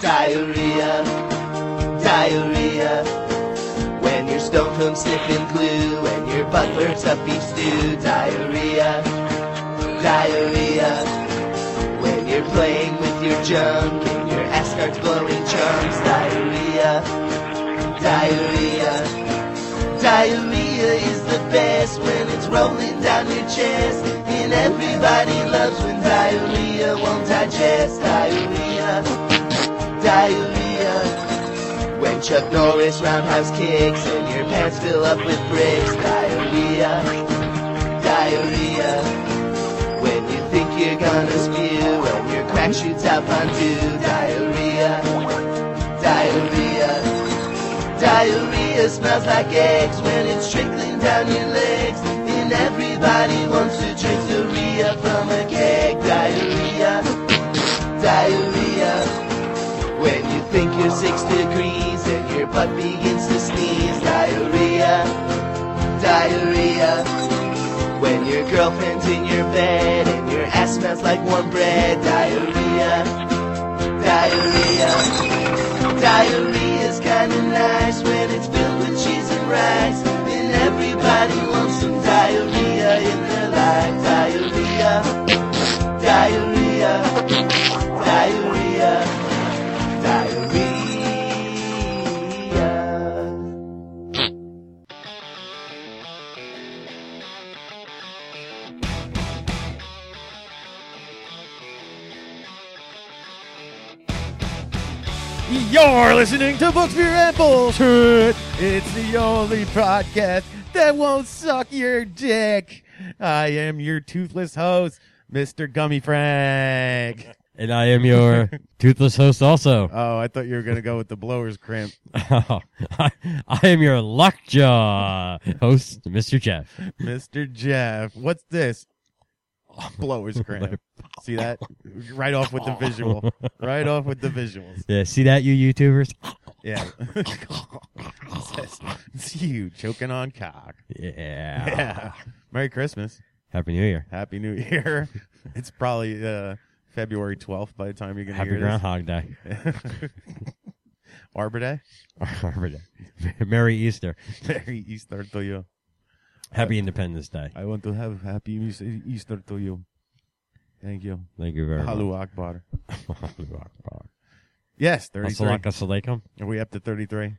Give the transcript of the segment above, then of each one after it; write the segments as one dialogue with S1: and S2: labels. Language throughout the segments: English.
S1: Diarrhea, diarrhea. When you're stone from sniffing glue and your butler's up beef stew. Diarrhea, diarrhea. When you're playing with your junk and your ass starts blowing chunks. Diarrhea, diarrhea. Diarrhea is the best when it's rolling down your chest. And everybody loves when diarrhea won't digest. Diarrhea diarrhea. When Chuck Norris roundhouse kicks and your pants fill up with bricks, diarrhea, diarrhea. When you think you're gonna spew and your crack shoots out fondue, diarrhea, diarrhea. Diarrhea smells like eggs when it's trickling down your legs, and everybody wants to drink diarrhea from a keg, diarrhea, diarrhea. When you think you're six degrees and your butt begins to sneeze, diarrhea, diarrhea. When your girlfriend's in your bed and your ass smells like warm bread, diarrhea, diarrhea. Diarrhea's kinda nice when it's filled with cheese and rice. And everybody wants some diarrhea in their life, diarrhea, diarrhea, diarrhea. Diarrhea.
S2: You're listening to Books, Beer, and Bullshit. It's the only podcast that won't suck your dick. I am your toothless host, Mr. Gummy Frank.
S3: And I am your toothless host also.
S2: Oh, I thought you were going to go with the blower's cramp.
S3: I, I am your lockjaw host, Mr. Jeff.
S2: Mr. Jeff, what's this? Blower's cramp. See that? Right off with the visual. Right off with the visuals.
S3: Yeah, Uh, see that, you YouTubers?
S2: Yeah. it's you choking on cock.
S3: Yeah.
S2: Yeah. Merry Christmas.
S3: Happy New Year.
S2: Happy New Year. It's probably uh, February 12th by the time you're going to
S3: Happy
S2: hear
S3: Groundhog Day.
S2: this. Arbor Day.
S3: Arbor Day. Merry Easter.
S2: Merry Easter to you. Uh,
S3: Happy Independence Day.
S2: I want to have happy Eas- Easter to you. Thank you.
S3: Thank you very much.
S2: Halu Akbar. Yes, 33.
S3: Assalamu alaikum.
S2: Are we up to 33?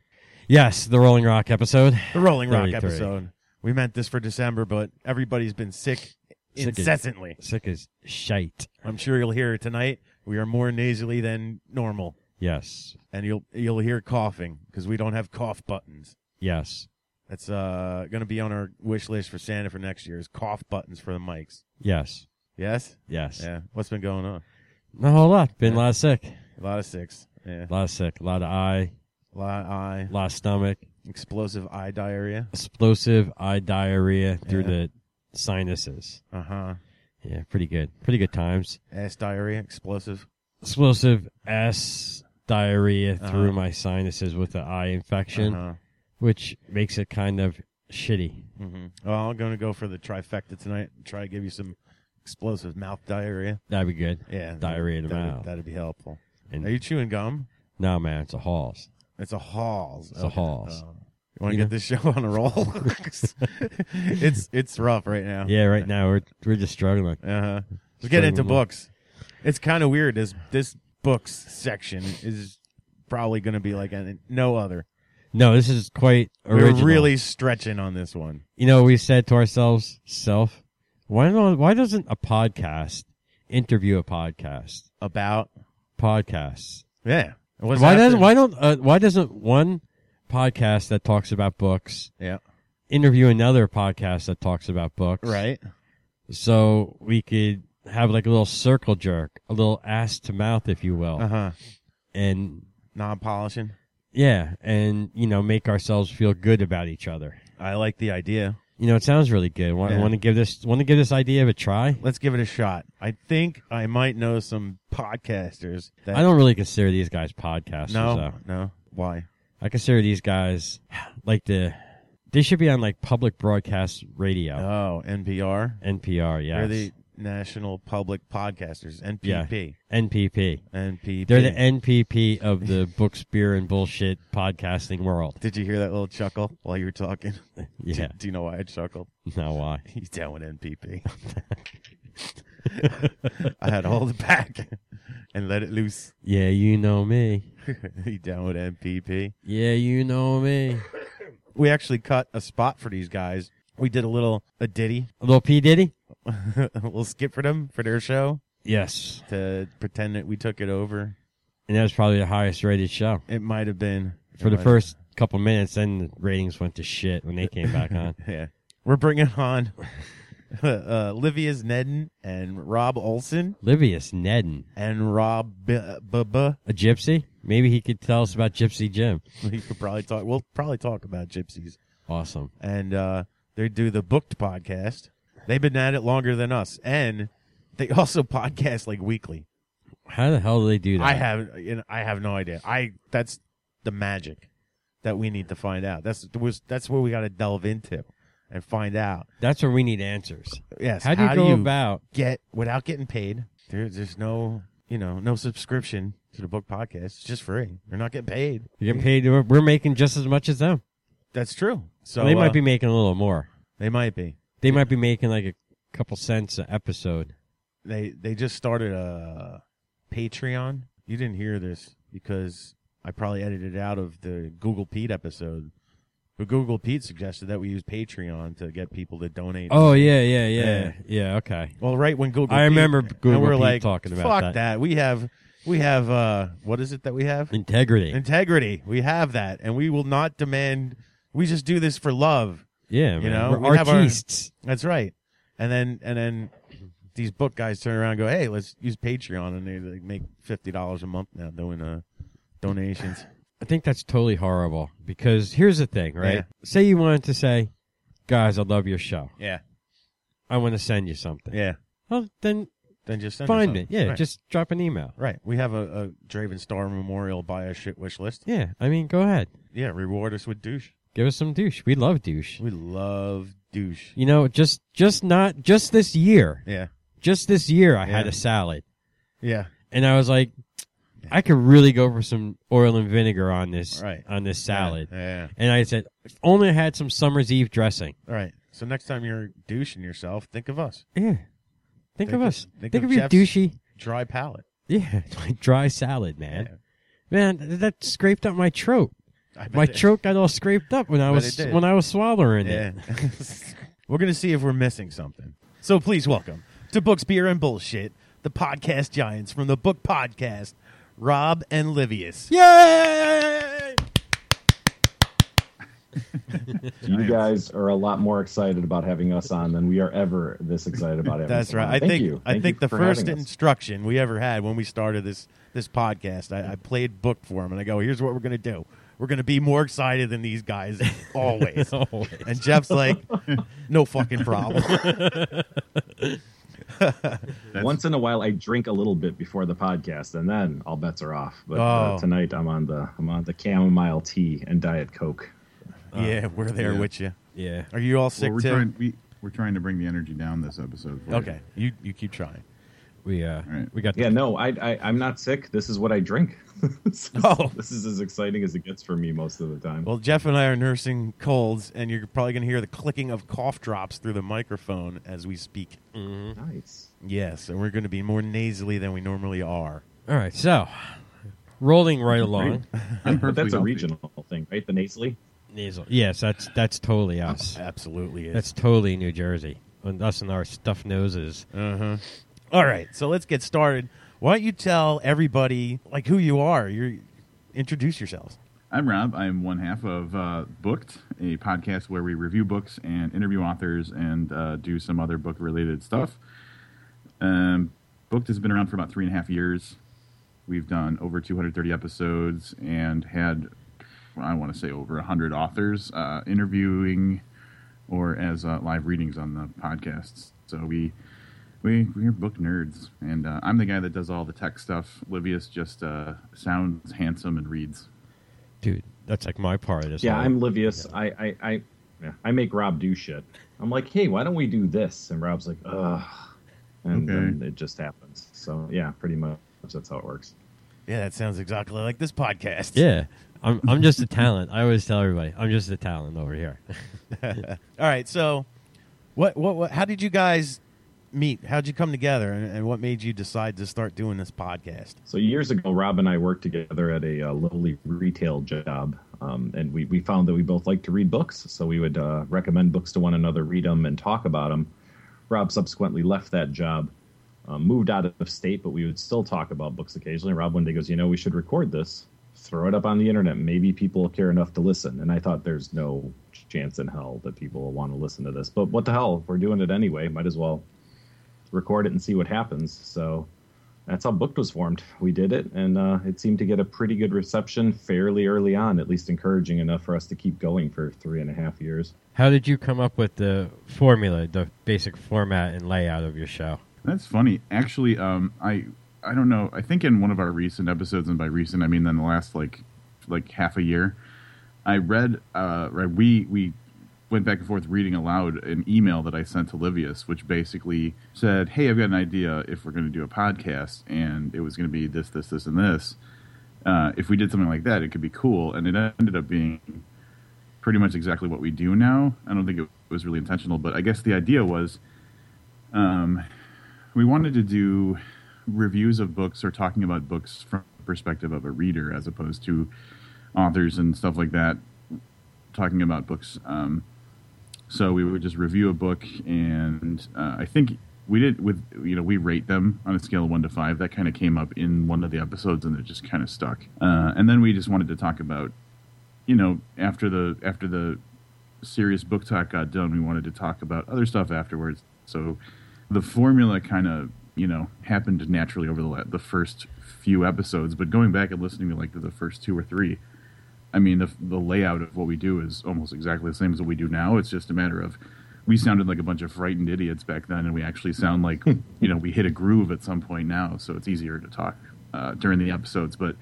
S3: Yes, the Rolling Rock episode.
S2: The Rolling Rock
S3: 33.
S2: episode. We meant this for December, but everybody's been sick
S3: Sick as-
S2: incessantly.
S3: Sick as shite.
S2: I'm sure you'll hear it tonight. We are more nasally than normal,
S3: Yes.
S2: and you'll you'll hear coughing because we don't have cough buttons.
S3: Yes.
S2: That's uh, going to be on our wish list for Santa for next year is cough buttons for the mics.
S3: Yes.
S2: Yes?
S3: Yes.
S2: Yeah. What's been going on?
S3: Not a whole lot. Been
S2: Yeah.
S3: a lot of sick.
S2: A lot of six. Yeah.
S3: A lot of sick. A lot of eye.
S2: A lot of eye.
S3: A lot of stomach.
S2: Explosive eye diarrhea.
S3: explosive eye diarrhea through
S2: Yeah.
S3: the sinuses.
S2: Uh huh.
S3: Yeah, pretty good. Pretty good times.
S2: Ass diarrhea. Explosive.
S3: Explosive S diarrhea
S2: Uh-huh.
S3: through my sinuses with the eye infection,
S2: Uh-huh.
S3: which makes it kind of shitty.
S2: hmm Well, I'm going to go for the trifecta tonight and try to give you some explosive mouth diarrhea.
S3: That'd be good.
S2: Yeah.
S3: Diarrhea in the
S2: that'd,
S3: mouth.
S2: That'd be helpful.
S3: And-
S2: Are you chewing gum?
S3: No, man, it's a halls.
S2: It's a halls.
S3: It's a halls.
S2: Oh. you want to
S3: You
S2: get
S3: know-
S2: this show on a roll? it's it's rough right now.
S3: Yeah, right now we're we're just struggling.
S2: Uh huh. Let's get into
S3: Struggling.
S2: books. It's kind of weird. This this books section is probably going to be like an, no other.
S3: No, this is quite original.
S2: We're really stretching on this one.
S3: you know, we said to ourselves, self, why don't why doesn't a podcast interview a podcast?
S2: About
S3: Podcasts.
S2: yeah. It was
S3: why
S2: after-
S3: doesn't why don't uh, why doesn't one podcast that talks about books
S2: yeah
S3: interview another podcast that talks about books
S2: right
S3: so we could have like a little circle jerk a little ass to mouth if you will
S2: uh huh
S3: and
S2: non polishing.
S3: yeah and you know make ourselves feel good about each other
S2: I like the idea.
S3: you know it sounds really good want,
S2: Yeah.
S3: want to give this want to give this idea of a try
S2: Let's give it a shot. I think I might know some podcasters that
S3: i don't really consider these guys podcasters
S2: no
S3: though.
S2: no why
S3: i consider these guys like the they should be on like public broadcast radio
S2: oh NPR
S3: npr yeah
S2: they're the National Public Podcasters,
S3: Yeah.
S2: NPP.
S3: NPP.
S2: NPP.
S3: They're the NPP of the books, beer, and bullshit podcasting world.
S2: Did you hear that little chuckle while you were talking? Do-
S3: Yeah.
S2: Do, you know why I chuckled?
S3: Now why?
S2: He's down with NPP. I had to hold it back and let it loose.
S3: Yeah, you know me.
S2: he down with NPP.
S3: Yeah, you know me.
S2: We actually cut a spot for these guys. We did a little a ditty,
S3: A little P Diddy?
S2: a little skip for them for their show
S3: Yes.
S2: to pretend that we took it over.
S3: And that was probably the highest rated show
S2: It might have been
S3: for
S2: it
S3: the
S2: might-
S3: first couple minutes. Then the ratings went to shit when they came back on.
S2: yeah, we're bringing on uh, Livia's Nedden and Rob Olson
S3: Livius Nedden,
S2: and Rob B- Bubba.
S3: a gypsy. Maybe he could tell us about Gypsy Jim.
S2: We could probably talk. We'll probably talk about gypsies.
S3: Awesome.
S2: and uh, they do the Booked podcast. They've been at it longer than us, and they also podcast like weekly.
S3: How the hell do they do that?
S2: I have, you know, I have no idea. I that's the magic that we need to find out. That's was that's what we got to delve into and find out.
S3: That's where we need answers.
S2: Yes,
S3: How do you go about?
S2: get without getting paid? There's there's no you know no subscription to the Book podcast. It's just free. They're not getting paid.
S3: You're getting paid. We're we're making just as much as them.
S2: That's true. So
S3: they might
S2: uh,
S3: be making a little more.
S2: They might be.
S3: They might be making like a couple cents an episode.
S2: they they just started a Patreon. You didn't hear this because I probably edited it out of the Google Pete episode. But Google Pete suggested that we use Patreon to get people to donate.
S3: Oh yeah, yeah, yeah, yeah.
S2: Yeah.
S3: okay.
S2: Well, right when Google,
S3: I
S2: Pete-
S3: remember Google
S2: and we're
S3: Pete
S2: like,
S3: talking about
S2: fuck
S3: that.
S2: We have we have uh, what is it that we have?
S3: Integrity.
S2: Integrity. We have that, and we will not demand. We just do this for love.
S3: yeah,
S2: you
S3: man.
S2: know,
S3: we're
S2: we have our-
S3: artists.
S2: That's right. And then and then these book guys turn around and go, "Hey, let's use Patreon," and they like, make fifty dollars a month now doing uh donations.
S3: I think that's totally horrible because here's the thing, right?
S2: Yeah.
S3: Say you wanted to say, "Guys, I love your show.
S2: Yeah,
S3: I want to send you something."
S2: yeah.
S3: Well, then
S2: Then just send us
S3: find
S2: something.
S3: me. Yeah,
S2: right.
S3: just drop an email.
S2: right. We have a, a Draven Star Memorial buy a shit wish list.
S3: Yeah, I mean, go ahead.
S2: Yeah, reward us with douche.
S3: Give us some douche. We love douche.
S2: We love douche.
S3: You know, just just not just this year.
S2: Yeah,
S3: Just this year, I had
S2: Yeah.
S3: a salad,
S2: yeah.
S3: and I was like, I could really go for some oil and vinegar on this
S2: Right.
S3: on this salad.
S2: Yeah,
S3: And I said, if only I had some summer's eve dressing.
S2: All right. So next time you're douching yourself, think of us.
S3: Yeah. Think,
S2: Think
S3: of
S2: of-
S3: us. Think,
S2: think
S3: of,
S2: of
S3: your
S2: Jeff's-
S3: douchey.
S2: Dry palate.
S3: Yeah, like dry salad, man. Man, th- that scraped up my throat.
S2: Yeah. I bet
S3: My
S2: it-
S3: throat got all scraped up when I
S2: Bet
S3: was
S2: it did.
S3: when I was swallowing
S2: Yeah.
S3: it.
S2: we're going to see if we're missing something. So please welcome to Books, Beer, and Bullshit, the podcast giants from the Book Podcast, Rob and Livius.
S3: Yay!
S4: You guys are a lot more excited about having us on than we are ever this excited about having.
S2: That's
S4: someone
S2: right.
S4: on.
S2: I
S4: Thank
S2: think
S4: you.
S2: I
S4: Thank
S2: think
S4: you
S2: the
S4: for
S2: first
S4: having us.
S2: instruction we ever had when we started this this podcast, I, I played book for him, and I go, "Here's what we're going to do. We're going to be more excited than these guys always."
S3: Always.
S2: and Jeff's like, "No fucking problem."
S4: Uh, Once in a while, I drink a little bit before the podcast, and then all bets are off. But uh,
S2: Oh.
S4: tonight, I'm on the I'm on the chamomile tea and diet coke.
S2: yeah, we're there
S5: yeah.
S2: with you.
S3: Yeah.
S2: Are you all
S5: Well,
S2: sick
S5: we're
S2: too?
S5: trying we, we're trying to bring the energy down this episode. For you.
S2: okay, you you keep trying.
S3: We uh
S5: right.
S3: we got the
S4: Yeah, no, I, I I'm not sick. This is what I drink. this, is,
S2: Oh.
S4: this is as exciting as it gets for me most of the time.
S2: Well, Jeff and I are nursing colds, and you're probably going to hear the clicking of cough drops through the microphone as we speak.
S4: nice.
S2: Yes, and we're going to be more nasally than we normally are.
S3: All right, so rolling right along.
S5: I'm
S4: But
S5: perfectly
S4: that's a
S5: healthy.
S4: regional thing, right? The nasally.
S3: Nasal. Yes, that's that's totally us.
S2: Absolutely is.
S3: That's totally New Jersey. And us and our stuffed noses.
S2: uh-huh. All right, so let's get started. Why don't you tell everybody like who you are? You introduce yourselves.
S5: I'm Rob. I'm one half of uh, Booked, a podcast where we review books and interview authors and uh, do some other book related stuff. Um, Booked has been around for about three and a half years. We've done over 230 episodes and had, well, I want to say, over 100 authors uh, interviewing or as uh, live readings on the podcasts. So we. We, we're book nerds, and uh, I'm the guy that does all the tech stuff. Livius just uh, sounds handsome and reads.
S3: Dude, that's like my part of this.
S4: Yeah,
S3: whole-
S4: I'm Livius. I I I, yeah, I make Rob do shit. I'm like, hey, why don't we do this? And Rob's like, ugh, and
S5: Okay.
S4: then it just happens. So yeah, pretty much that's how it works.
S2: Yeah, that sounds exactly like this podcast.
S3: Yeah. I'm I'm just a talent. I always tell everybody, I'm just a talent over here.
S2: All right. So, what, what, what, how did you guys meet? How'd you come together, and, and what made you decide to start doing this podcast?
S4: So years ago, Rob and I worked together at a uh, lowly retail job, um, and we, we found that we both like to read books, so we would uh, recommend books to one another, read them, and talk about them. Rob subsequently left that job, uh, moved out of state, but we would still talk about books occasionally. Rob one day goes, "You know, we should record this, throw it up on the internet. Maybe people will care enough to listen." And I thought, "There's no chance in hell that people will want to listen to this, but what the hell? We're doing it anyway. Might as well record it and see what happens." So that's how Booked was formed. We did it, and uh, it seemed to get a pretty good reception fairly early on, at least encouraging enough for us to keep going for three and a half years.
S3: How did you come up with the formula, the basic format and layout of your show?
S5: That's funny. Actually, um, I I don't know. I think in one of our recent episodes, and by recent I mean in the last like like half a year, I read uh, right, we we went back and forth reading aloud an email that I sent to Livius, which basically said, "Hey, I've got an idea. If we're going to do a podcast, and it was going to be this, this, this, and this. Uh, if we did something like that, it could be cool." And it ended up being pretty much exactly what we do now. I don't think it was really intentional, but I guess the idea was. Um, we wanted to do reviews of books or talking about books from the perspective of a reader as opposed to authors and stuff like that talking about books um, so we would just review a book and uh, i think we did with you know we rate them on a scale of one to five that kind of came up in one of the episodes and it just kind of stuck uh, and then we just wanted to talk about you know after the after the serious book talk got done we wanted to talk about other stuff afterwards so the formula kind of you know happened naturally over the la- the first few episodes but going back and listening to like the first two or three i mean the the layout of what we do is almost exactly the same as what we do now it's just a matter of we sounded like a bunch of frightened idiots back then and we actually sound like you know we hit a groove at some point now so it's easier to talk uh, during the episodes but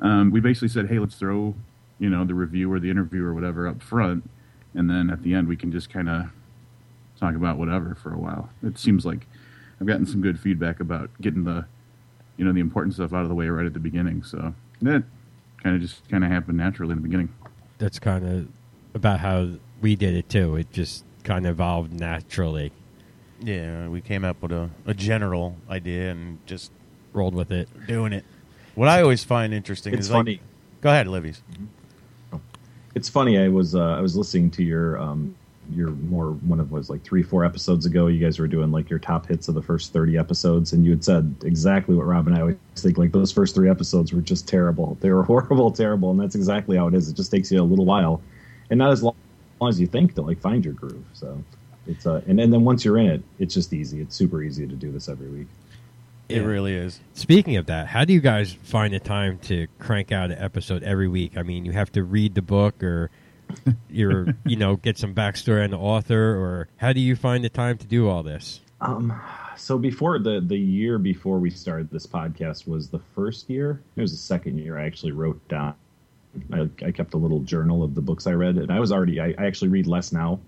S5: um, we basically said hey let's throw you know the review or the interview or whatever up front and then at the end we can just kind of talk about whatever for a while. It seems like I've gotten some good feedback about getting the you know the important stuff out of the way right at the beginning. So that kind of just kind of happened naturally in the beginning.
S3: That's kind of about how we did it too. It just kind of evolved naturally.
S2: Yeah, we came up with a, a general idea and just
S3: Rolled with it.
S2: doing it. What I always find interesting
S4: It's
S2: is like-
S4: funny.
S2: go ahead, Livy's.
S4: It's funny. I was uh, I was listening to your um, your more one of was like three four episodes ago. You guys were doing like your top hits of the first thirty episodes, and you had said exactly what Rob and I always think. Like those first three episodes were just terrible. They were horrible, terrible, and that's exactly how it is. It just takes you a little while, and not as long, long as you think to like find your groove. So it's uh, and, and then once you're in it, it's just easy. It's super easy to do this every week.
S2: It
S3: Yeah.
S2: really is.
S3: Speaking of that, how do you guys find the time to crank out an episode every week? I mean, you have to read the book or you're, you know, get some backstory on the author or how do you find the time to do all this?
S4: Um, so before the the year before we started this podcast was the first year. It was the second year I actually wrote down. I, I kept a little journal of the books I read, and I was already I, I actually read less now,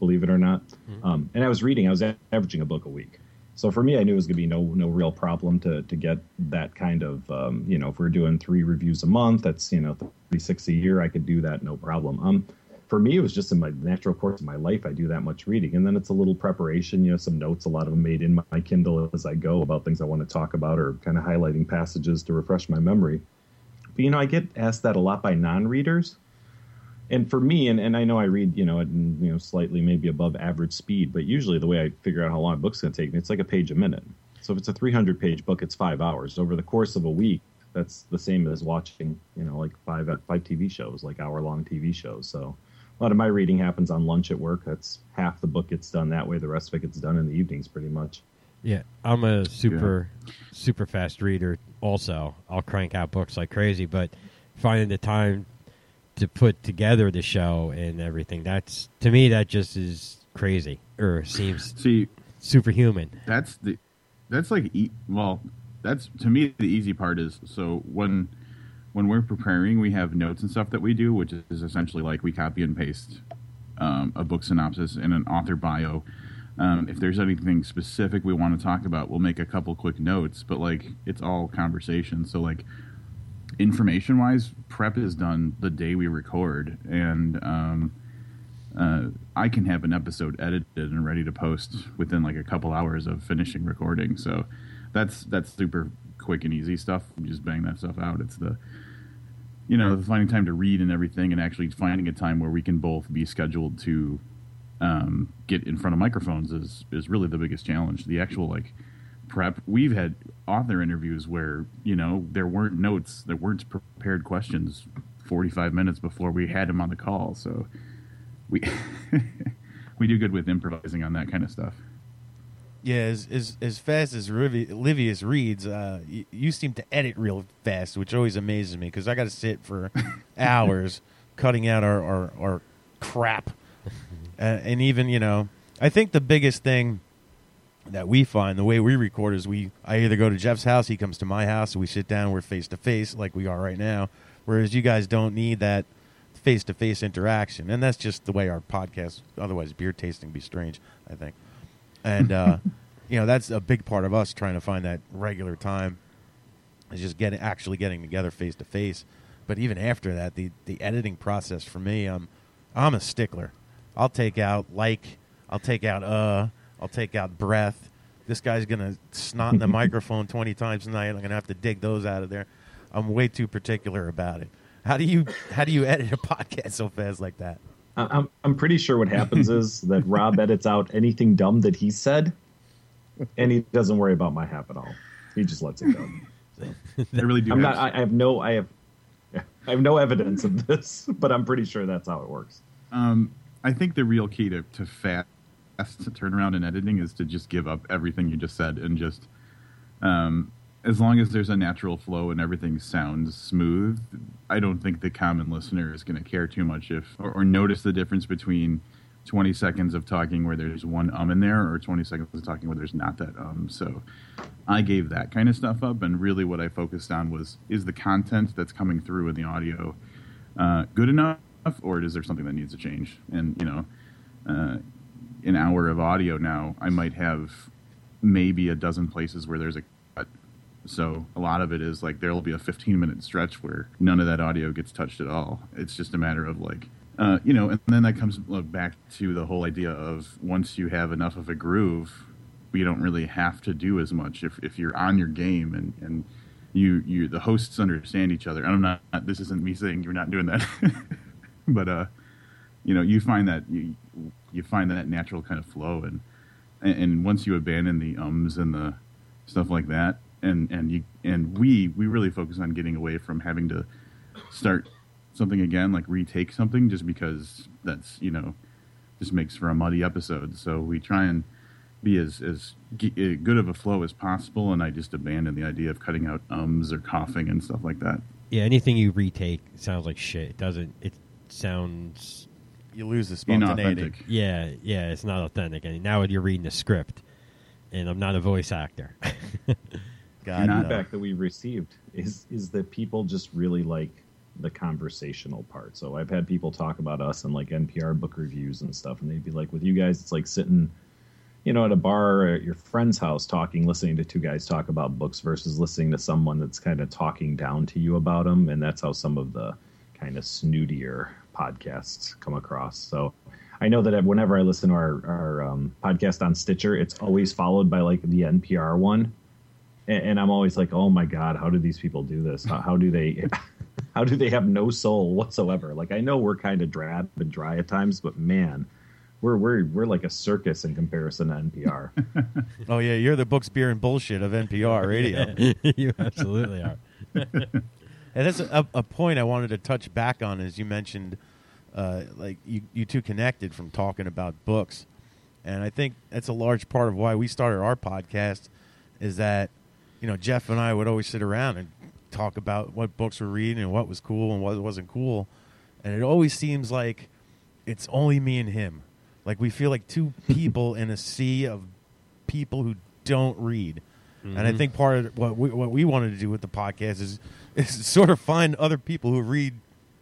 S4: believe it or not. Um, and I was reading. I was a- averaging a book a week. So for me, I knew it was going to be no no real problem to to get that kind of um, you know if we're doing three reviews a month, that's you know thirty six a year, I could do that no problem. Um, for me, it was just in my natural course of my life. I do that much reading, and then it's a little preparation, you know, some notes, a lot of them made in my Kindle as I go about things I want to talk about or kind of highlighting passages to refresh my memory. But you know, I get asked that a lot by non-readers, and for me, and, and I know I read, you know, at you know slightly maybe above average speed, but usually the way I figure out how long a book's going to take me, it's like a page a minute. So if it's a 300-page book, it's five hours over the course of a week. That's the same as watching, you know, like five five TV shows, like hour-long TV shows. So a lot of my reading happens on lunch at work. That's half the book gets done that way. The rest of it gets done in the evenings, pretty much.
S3: Yeah, I'm a super, super fast reader. Also, I'll crank out books like crazy, but finding the time to put together the show and everything—that's to me that just is crazy or seems
S5: See,
S3: superhuman.
S5: that's the that's like e- well that's to me the easy part is so when when we're preparing we have notes and stuff that we do which is essentially like we copy and paste um, a book synopsis and an author bio Um, if there's anything specific we want to talk about, we'll make a couple quick notes. But like, it's all conversation. So like, information wise, prep is done the day we record, and um, uh, I can have an episode edited and ready to post within like a couple hours of finishing recording. So that's that's super quick and easy stuff. You just bang that stuff out. It's the you know finding time to read and everything, and actually finding a time where we can both be scheduled to um, get in front of microphones is is really the biggest challenge. The actual like prep we've had author interviews where you know there weren't notes there weren't prepared questions 45 minutes before we had him on the call so we we do good with improvising on that kind of stuff
S2: Yeah, as as, as fast as Rivi- Livius reads, uh, you, you seem to edit real fast, which always amazes me because I got to sit for hours cutting out our our, our crap, uh, and even you know, I think the biggest thing that we find the way we record is we I either go to Jeff's house, he comes to my house, we sit down, we're face to face like we are right now. Whereas you guys don't need that face to face interaction, and that's just the way our podcast. Otherwise, beer tasting would be strange. I think and uh, you know that's a big part of us trying to find that regular time is just getting actually getting together face to face. But even after that, the the editing process for me, um, I'm a stickler. I'll take out like, I'll take out uh, I'll take out breath. This guy's gonna snot in the microphone twenty times tonight. I'm gonna have to dig those out of there. I'm way too particular about it. How do you how do you edit a podcast so fast like that?
S4: I- I'm I'm pretty sure what happens is that Rob edits out anything dumb that he said, and he doesn't worry about my half at all. He just lets it go.
S5: i really do
S4: I'm
S5: have-
S4: not. I, I have no. I have. I have no evidence of this, but I'm pretty sure that's how it works.
S5: Um, I think the real key to, to fast turnaround in editing is to just give up everything you just said and just, um, as long as there's a natural flow and everything sounds smooth, I don't think the common listener is going to care too much if or, or notice the difference between 20 seconds of talking where there's one um in there or 20 seconds of talking where there's not that um. So I gave that kind of stuff up, and really what I focused on was is the content that's coming through in the audio uh, good enough, or is there something that needs to change? And you know, uh, an hour of audio now, I might have maybe a dozen places where there's a cut. So a lot of it is like there'll be a 15 minute stretch where none of that audio gets touched at all. It's just a matter of like. Uh, you know, and then that comes uh, back to the whole idea of once you have enough of a groove, we don't really have to do as much if, if you're on your game and, and you you the hosts understand each other. And I'm not this isn't me saying you're not doing that, but uh, you know you find that you you find that natural kind of flow and and, and once you abandon the ums and the stuff like that and and you and we we really focus on getting away from having to start something again like retake something just because that's you know just makes for a muddy episode so we try and be as as g- uh, good of a flow as possible and i just abandon the idea of cutting out ums or coughing and stuff like that
S3: Yeah, anything you retake sounds like shit. It doesn't. It sounds.
S2: You lose the spontaneity.
S5: inauthentic
S3: Yeah, yeah. It's not authentic. And now you're reading a script, and I'm not a voice actor.
S2: God,
S5: Not
S2: no.
S4: feedback that we've received is is that people just really like the conversational part. So I've had people talk about us and like NPR book reviews and stuff, and they'd be like, "With you guys, it's like sitting, you know, at a bar or at your friend's house, talking, listening to two guys talk about books versus listening to someone that's kind of talking down to you about them." And that's how some of the kind of snootier podcasts come across. So. I know that whenever I listen to our, our um, podcast on Stitcher, it's always followed by like the NPR one, and, and I'm always like, oh my god, how do these people do this? How, how do they, how do they have no soul whatsoever? Like I know we're kind of drab and dry at times, but man, we're we're we're like a circus in comparison to NPR.
S2: Oh yeah, you're the books, beer, and bullshit of NPR radio.
S3: you absolutely are.
S2: And that's a, a point I wanted to touch back on, as you mentioned, uh, like you, you two connected from talking about books, and I think that's a large part of why we started our podcast, is that you know Jeff and I would always sit around and talk about what books we're reading and what was cool and what wasn't cool, and it always seems like it's only me and him, like we feel like two people in a sea of people who don't read. And I think part of what we, what we wanted to do with the podcast is is sort of find other people who read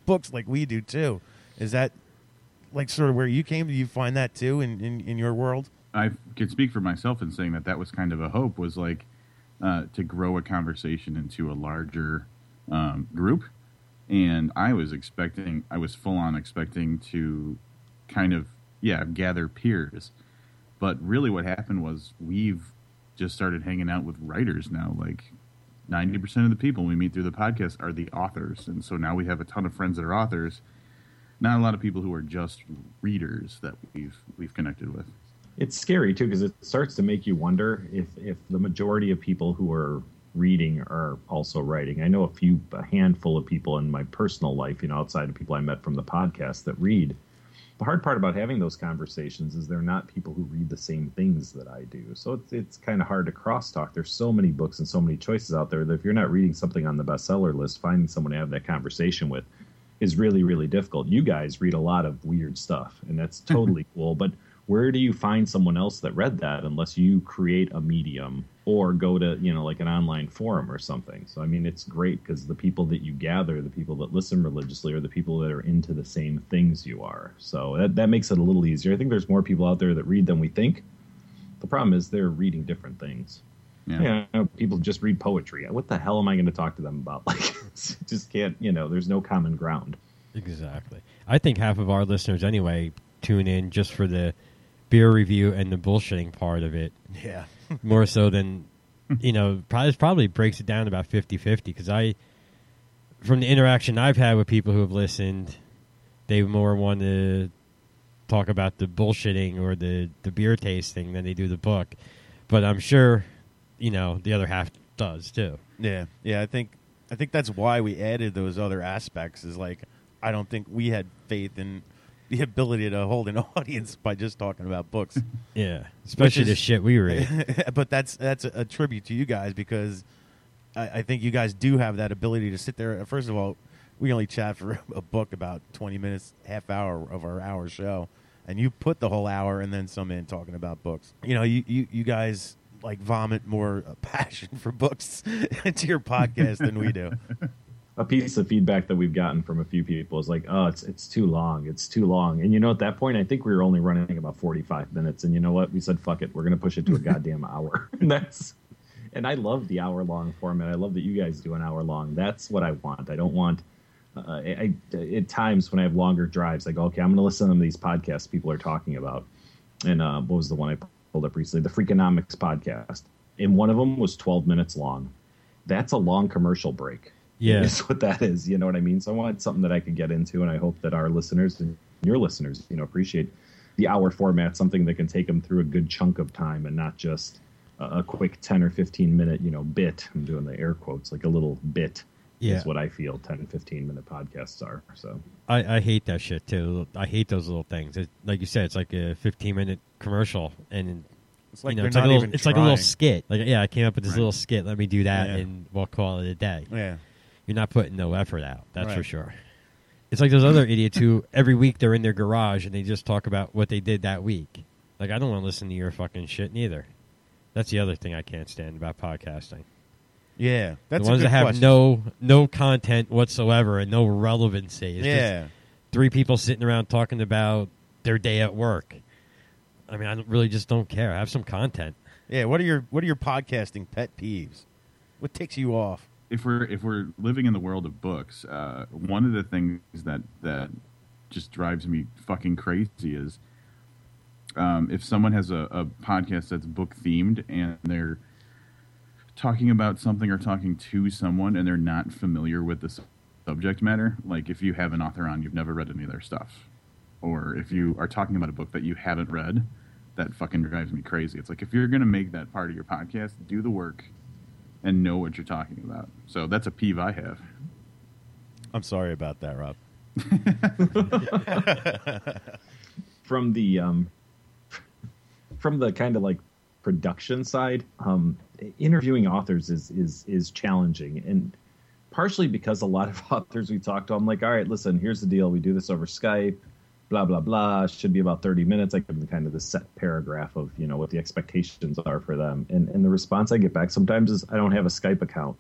S2: books like we do too. Is that like sort of where you came? Do you find that too in in, in your world?
S5: I could speak for myself in saying that that was kind of a hope was like uh, to grow a conversation into a larger um, group, and I was expecting, I was full on expecting to kind of yeah gather peers, but really what happened was we've just started hanging out with writers now, like. 90% of the people we meet through the podcast are the authors. And so now we have a ton of friends that are authors. Not a lot of people who are just readers that we've we've connected with.
S4: it's scary too because it starts to make you wonder if if the majority of people who are reading are also writing. I know a few a handful of people in my personal life, you know, outside of people I met from the podcast that read. The hard part about having those conversations is they're not people who read the same things that I do. So it's it's kind of hard to crosstalk. There's so many books and so many choices out there that if you're not reading something on the bestseller list, finding someone to have that conversation with is really really difficult. You guys read a lot of weird stuff, and that's totally cool. But where do you find someone else that read that unless you create a medium or go to you know like an online forum or something? So I mean, it's great because the people that you gather, the people that listen religiously, are the people that are into the same things you are. So that that makes it a little easier. I think there's more people out there that read than we think. The problem is they're reading different things.
S5: Yeah.
S4: Yeah, I know people just read poetry. What the hell am I going to talk to them about? Like, it's just can't. You know, there's no common ground.
S3: Exactly. I think half of our listeners anyway tune in just for the beer review and the bullshitting part of it
S2: Yeah.
S3: more so than you know probably, this probably breaks it down about 50-50 because i from the interaction i've had with people who have listened they more want to talk about the bullshitting or the, the beer tasting than they do the book but i'm sure you know the other half does too
S2: Yeah, yeah. I think I think that's why we added those other aspects. Is like I don't think we had faith in the ability to hold an audience by just talking about books.
S3: yeah especially
S2: is-
S3: the shit we read
S2: but that's that's a tribute to you guys because I, I think you guys do have that ability to sit there. First of all, we only chat for a book about twenty minutes, half hour of our hour show, and you put the whole hour and then some in talking about books. You know, you you, you guys like vomit more uh, passion for books into your podcast than we do.
S4: a piece of feedback that we've gotten from a few people is like, "Oh, it's it's too long. It's too long." And you know, at that point, I think we were only running about forty-five minutes. And you know what? We said, "Fuck it. We're going to push it to a goddamn hour." and that's, and I love the hour-long format. I love that you guys do an hour long. That's what I want. I don't want. Uh, I, I at times when I have longer drives, I go, "Okay, I'm going to listen to these podcasts people are talking about." and uh, what was the one I pulled up recently? The Freakonomics podcast. And one of them was 12 minutes long. That's a long commercial break.
S3: Yeah.
S4: Is what that is. You know what I mean? So I wanted something that I could get into, and I hope that our listeners and your listeners, you know, appreciate the hour format, something that can take them through a good chunk of time and not just a, a quick 10 or 15 minute, you know, bit. I'm doing the air quotes, like a little bit.
S3: Yeah.
S4: Is what I feel 10, 15 minute podcasts are. So
S3: I, I hate that shit too. I hate those little things. It, like you said, it's like a 15 minute commercial, and
S2: It's like
S3: you know,
S2: they're
S3: it's like a
S2: not
S3: little,
S2: even
S3: it's like a little
S2: trying.
S3: skit. Like yeah, I came up with this
S5: Right.
S3: little skit. Let me do that,
S2: Yeah.
S3: and we'll call it a day.
S2: Yeah.
S3: You're not putting no effort out. That's for
S2: Right.
S3: sure. It's like those other idiots who every week they're in their garage and they just talk about what they did that week. Like I don't want to listen to your fucking shit neither. That's the other thing I can't stand about podcasting.
S2: Yeah, that's
S3: the ones
S2: a good
S3: that have
S2: question.
S3: no no content whatsoever and no relevancy. It's just
S2: yeah,
S3: three people sitting around talking about their day at work. I mean, I don't- really just don't care. Have some content.
S2: yeah. What are your what are your podcasting pet peeves? What ticks you off?
S5: if we're if we're living in the world of books, uh, one of the things that that just drives me fucking crazy is um, if someone has a, a podcast that's book themed and they're talking about something or talking to someone and they're not familiar with the su- subject matter. Like if you have an author on, you've never read any of their stuff, or if you are talking about a book that you haven't read, that fucking drives me crazy. It's like if you're gonna make that part of your podcast, do the work and know what you're talking about. So that's a peeve I have.
S2: I'm sorry about that, Rob.
S4: from the um, from the kind of like production side, um, interviewing authors is is is challenging, and partially because a lot of authors we talk to, I'm like, all right, listen, here's the deal. We do this over Skype, blah blah blah. Should be about 30 minutes. I give them kind of the set paragraph of you know what the expectations are for them, and and the response I get back sometimes is, I don't have a Skype account.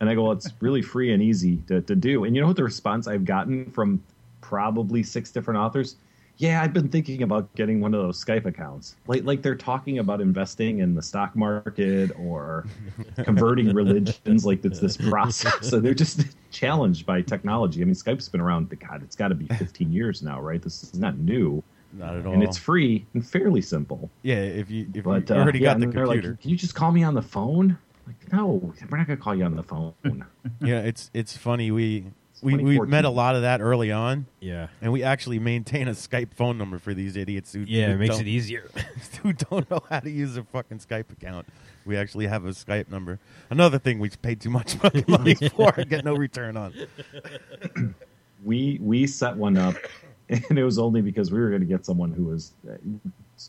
S4: And I go, well, it's really free and easy to, to do. And you know what the response I've gotten from probably six different authors? yeah, I've been thinking about getting one of those Skype accounts. Like like they're talking about investing in the stock market or converting religions. Like it's this process. So they're just challenged by technology. I mean, Skype's been around. God, it's got to be 15 years now, right? This is not new,
S2: Not at all.
S4: and it's free and fairly simple.
S2: yeah, if you if
S4: But
S2: you
S4: uh,
S2: Oh. already
S4: yeah,
S2: got the
S4: and they're like,
S2: computer,
S4: Can you just call me on the phone? Like, no, we're not gonna call you on the phone.
S2: yeah, it's it's funny. We we we
S4: 2014.
S2: met a lot of that early on,
S3: Yeah.
S2: and we actually maintain a Skype phone number for these idiots who
S3: Yeah,
S2: who
S3: it makes
S2: don't-
S3: it e- easier.
S2: who don't know how to use a fucking Skype account. We actually have a Skype number. Another thing we paid too much fucking money for and get no return on.
S4: we we set one up and it was only because we were going to get someone who was uh,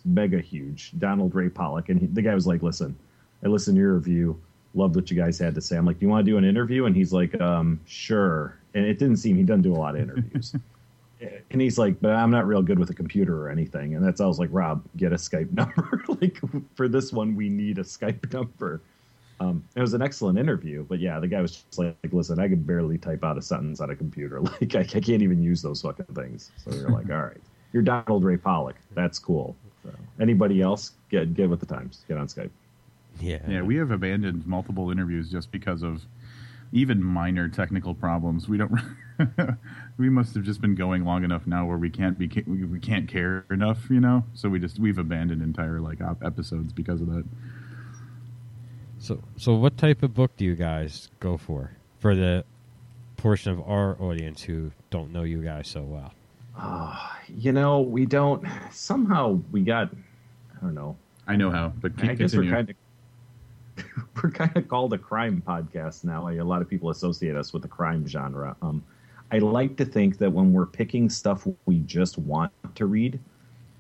S4: mega huge donald ray pollock and he, the guy was like listen i listened to your review loved what you guys had to say i'm like do you want to do an interview and he's like um sure and it didn't seem he doesn't do a lot of interviews and he's like but i'm not real good with a computer or anything and that's i was like rob get a skype number like for this one we need a skype number um, it was an excellent interview, but yeah, the guy was just like, like, "Listen, I could barely type out a sentence on a computer. Like, I, I can't even use those fucking things." So you're like, "All right, you're Donald Ray Pollock. That's cool." So, anybody else get get with the times? Get on Skype.
S3: Yeah.
S5: Yeah, we have abandoned multiple interviews just because of even minor technical problems. We don't. we must have just been going long enough now where we can't be ca- we we can't care enough, you know. So we just we've abandoned entire like op- episodes because of that.
S3: So, so what type of book do you guys go for for the portion of our audience who don't know you guys so well?
S4: Ah, You know, we don't. Somehow we got. I don't know.
S5: I know how, but keep
S4: I guess we're
S5: continue.
S4: kind of we're kind of called a crime podcast now. A lot of people associate us with the crime genre. Um, I like to think that when we're picking stuff we just want to read,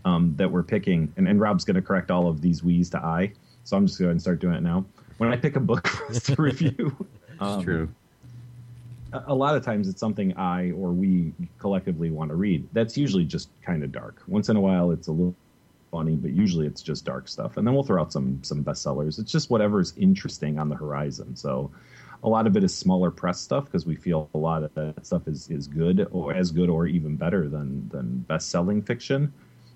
S4: um, that we're picking, and, and Rob's going to correct all of these we's to I. So I'm just going to start doing it now. When I pick a book for us to review,
S5: it's
S4: um,
S5: true.
S4: a a lot of times it's something I or we collectively want to read. That's usually just kind of dark. Once in a while, it's a little funny, but usually it's just dark stuff. And then we'll throw out some some bestsellers. It's just whatever is interesting on the horizon. So a lot of it is smaller press stuff because we feel a lot of that stuff is is good or as good or even better than than best selling fiction,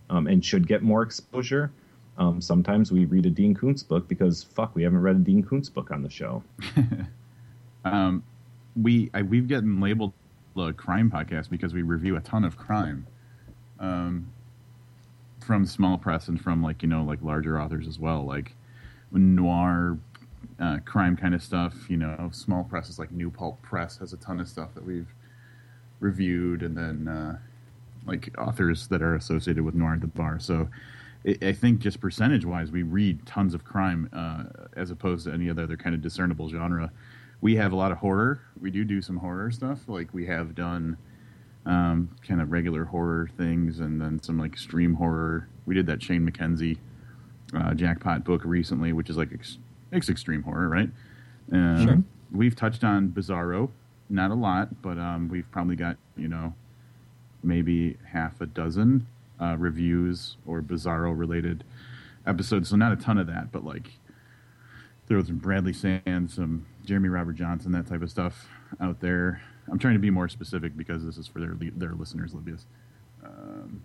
S4: um, and should get more exposure. Um, sometimes we read a Dean Koontz book because fuck, we haven't read a Dean Koontz book on the show.
S5: Um, we I, we've gotten labeled a crime podcast because we review a ton of crime, um, from small press and from like you know like larger authors as well, like noir uh, crime kind of stuff. You know, small press is like New Pulp Press has a ton of stuff that we've reviewed, and then uh, like authors that are associated with noir at the bar. So. I- I think just percentage wise, we read tons of crime uh, as opposed to any other, other kind of discernible genre. We have a lot of horror. We do do some horror stuff. Like we have done um, kind of regular horror things and then some like extreme horror. We did that Shane McKenzie uh, jackpot book recently, which is like ex- it's extreme horror, right? Um,
S3: Sure.
S5: We've touched on Bizarro, not a lot, but um, we've probably got, you know, maybe half a dozen uh, reviews or Bizarro related episodes. So not a ton of that, but like there was some Bradley Sands, some Jeremy Robert Johnson, that type of stuff out there. I'm trying to be more specific because this is for their li- their listeners, Libius. Um,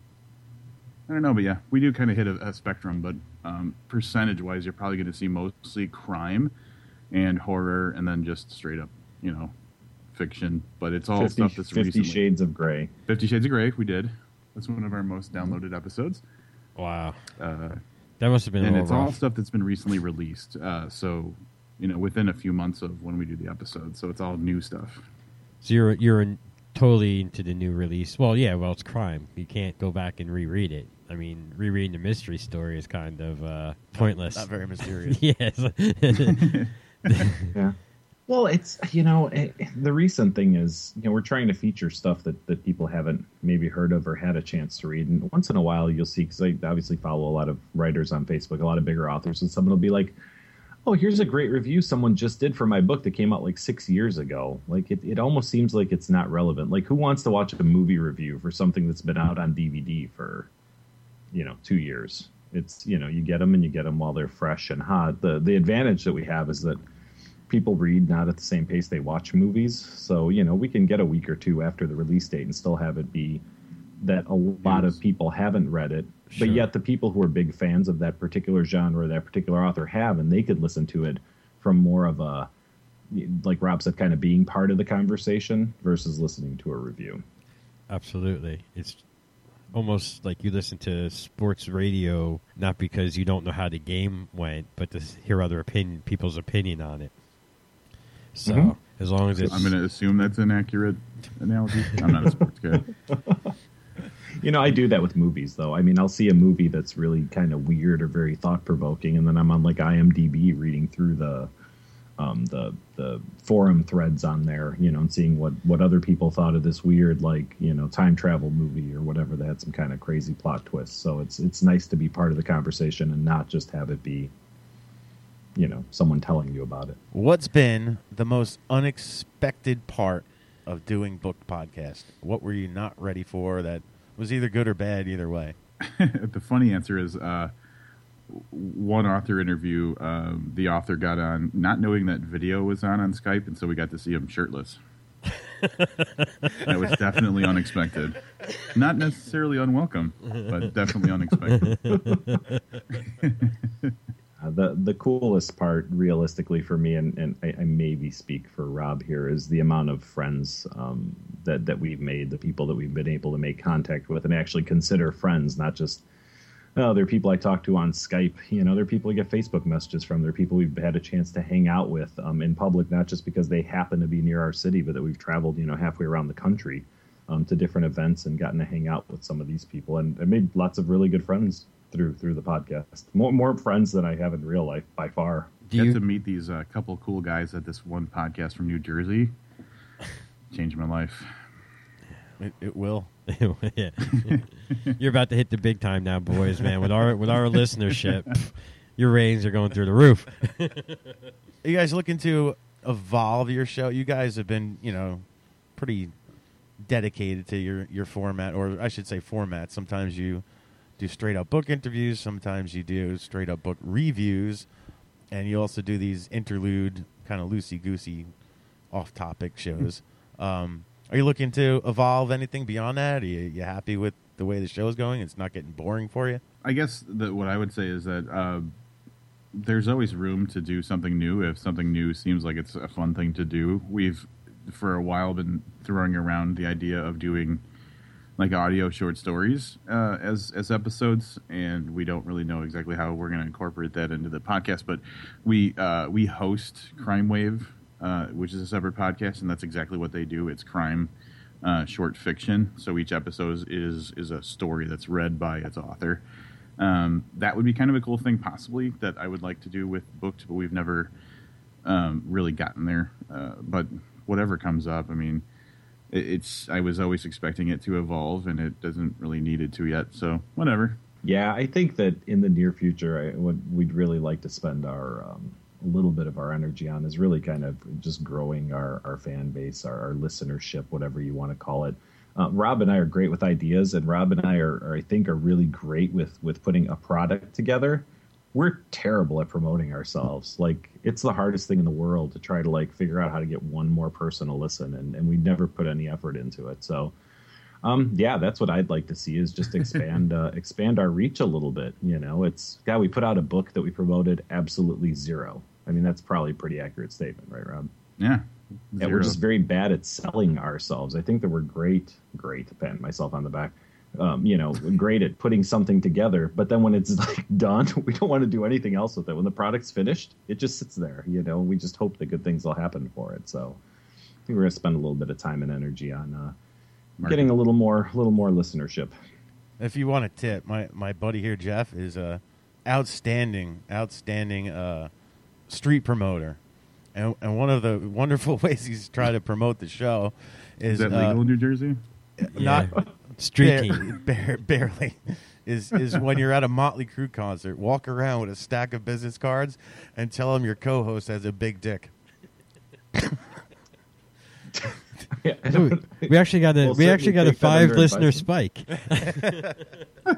S5: I don't know, but yeah, we do kind of hit a, a spectrum. But um, percentage wise, you're probably going to see mostly crime and horror, and then just straight up, you know, fiction. But it's all
S4: 50,
S5: stuff that's
S4: 50
S5: recently.
S4: Shades of Grey.
S5: Fifty Shades of Grey, we did. That's one of our most downloaded episodes.
S3: Wow,
S5: Uh,
S3: that must have been
S5: and
S3: a
S5: it's
S3: little
S5: all
S3: rough.
S5: stuff that's been recently released. Uh, so, you know, within a few months of when we do the episode. So it's all new stuff.
S3: so you're you're in, totally into the new release. Well, yeah, well it's crime. You can't go back and reread it. I mean, rereading the mystery story is kind of uh, pointless.
S2: Not very mysterious.
S3: yeah, it's-
S4: Yeah. Well, it's you know it, the recent thing is you know we're trying to feature stuff that that people haven't maybe heard of or had a chance to read, and once in a while you'll see because I obviously follow a lot of writers on Facebook, a lot of bigger authors, and someone will be like, "Oh, here's a great review someone just did for my book that came out like six years ago." Like it, it almost seems like it's not relevant. Like who wants to watch a movie review for something that's been out on DVD for you know two years? It's you know you get them and you get them while they're fresh and hot. The the advantage that we have is that people read not at the same pace they watch movies. So, you know, we can get a week or two after the release date and still have it be that a lot of people haven't read it,
S3: Sure.
S4: but yet the people who are big fans of that particular genre, that particular author have, and they could listen to it from more of a, like Rob said, kind of being part of the conversation versus listening to a review.
S3: Absolutely. It's almost like you listen to sports radio not because you don't know how the game went, but to s- hear other opinion people's opinion on it. So
S4: Mhm.
S3: as long as it's
S5: I'm going to assume that's an accurate analogy. I'm not a sports guy.
S4: You know, I do that with movies, though. I mean, I'll see a movie that's really kind of weird or very thought provoking, and then I'm on like IMDb reading through the um, the the forum threads on there, you know, and seeing what what other people thought of this weird like you know time travel movie or whatever that had some kind of crazy plot twist. So it's it's nice to be part of the conversation and not just have it be, you know, someone telling you about it.
S2: What's been the most unexpected part of doing booked podcast? What were you not ready for that was either good or bad either way?
S5: the funny answer is uh, w- one author interview. Um, the author got on, not knowing that video was on on Skype, and so we got to see him shirtless. that was definitely unexpected. Not necessarily unwelcome, but definitely unexpected.
S4: Uh, the the coolest part, realistically, for me, and, and I, I maybe speak for Rob here, is the amount of friends um, that that we've made, the people that we've been able to make contact with, and actually consider friends, not just oh, they're people I talk to on Skype. You know, they're people I get Facebook messages from. They're people we've had a chance to hang out with um, in public, not just because they happen to be near our city, but that we've traveled, you know, halfway around the country um, to different events and gotten to hang out with some of these people. And I made lots of really good friends through through the podcast. More more friends than I have in real life by far.
S3: do
S5: got
S3: you,
S5: to meet these uh, couple cool guys at this one podcast from New Jersey. Changed my life.
S2: It, it will.
S3: Yeah. you're about to hit the big time now, boys, man. With our with our listenership, pff, your ratings are going through the roof.
S2: Are you guys looking to evolve your show? You guys have been, you know, pretty dedicated to your, your format, or I should say format. Sometimes you do straight up book interviews, sometimes you do straight up book reviews, and you also do these interlude, kind of loosey goosey, off topic shows. um, are you looking to evolve anything beyond that? Are you, you happy with the way the show is going? It's not getting boring for you?
S5: I guess that what I would say is that uh, there's always room to do something new if something new seems like it's a fun thing to do. We've for a while been throwing around the idea of doing like audio short stories uh, as as episodes, and we don't really know exactly how we're going to incorporate that into the podcast. But we uh, we host Crime Wave, uh, which is a separate podcast, and that's exactly what they do. It's crime. Uh, short fiction. So each episode is is a story that's read by its author, um, that would be kind of a cool thing possibly that i would like to do with booked but we've never um, really gotten there uh, but whatever comes up i mean it, it's i was always expecting it to evolve and it doesn't really needed to yet so whatever
S4: Yeah, I think that in the near future, I, what we'd really like to spend our um, a little bit of our energy on is really kind of just growing our, our fan base, our, our listenership, whatever you want to call it. Uh, Rob and I are great with ideas, and Rob and I are, are, I think, are really great with with putting a product together. We're terrible at promoting ourselves. Like it's the hardest thing in the world to try to like figure out how to get one more person to listen, and, and we never put any effort into it. So um, yeah, that's what I'd like to see is just expand uh, expand our reach a little bit. You know, it's God, we put out a book that we promoted absolutely zero. I mean, that's probably a pretty accurate statement, right, Rob?
S5: yeah
S4: Yeah,
S5: Zero.
S4: we're just very bad at selling ourselves. I think that we're great, great, pat myself on the back. Um, you know, great at putting something together, but then when it's like done, we don't want to do anything else with it. When the product's finished, it just sits there. You know, we just hope that good things will happen for it. So, I think we're gonna spend a little bit of time and energy on uh, getting a little more, a little more listenership.
S2: If you want a tip, my, my buddy here, Jeff, is a outstanding, outstanding uh, street promoter, and and one of the wonderful ways he's tried to promote the show is,
S5: is that
S2: uh,
S5: legal in new jersey
S2: not
S3: Yeah. Streaking.
S2: bare- bare- barely is is when you're at a Motley Crue concert, walk around with a stack of business cards and tell them your co-host has a big dick.
S3: Ooh, we actually got a
S4: We'll
S3: we actually
S4: certainly
S3: got a
S4: take that
S3: five
S4: under
S3: listener
S4: advisement.
S3: spike.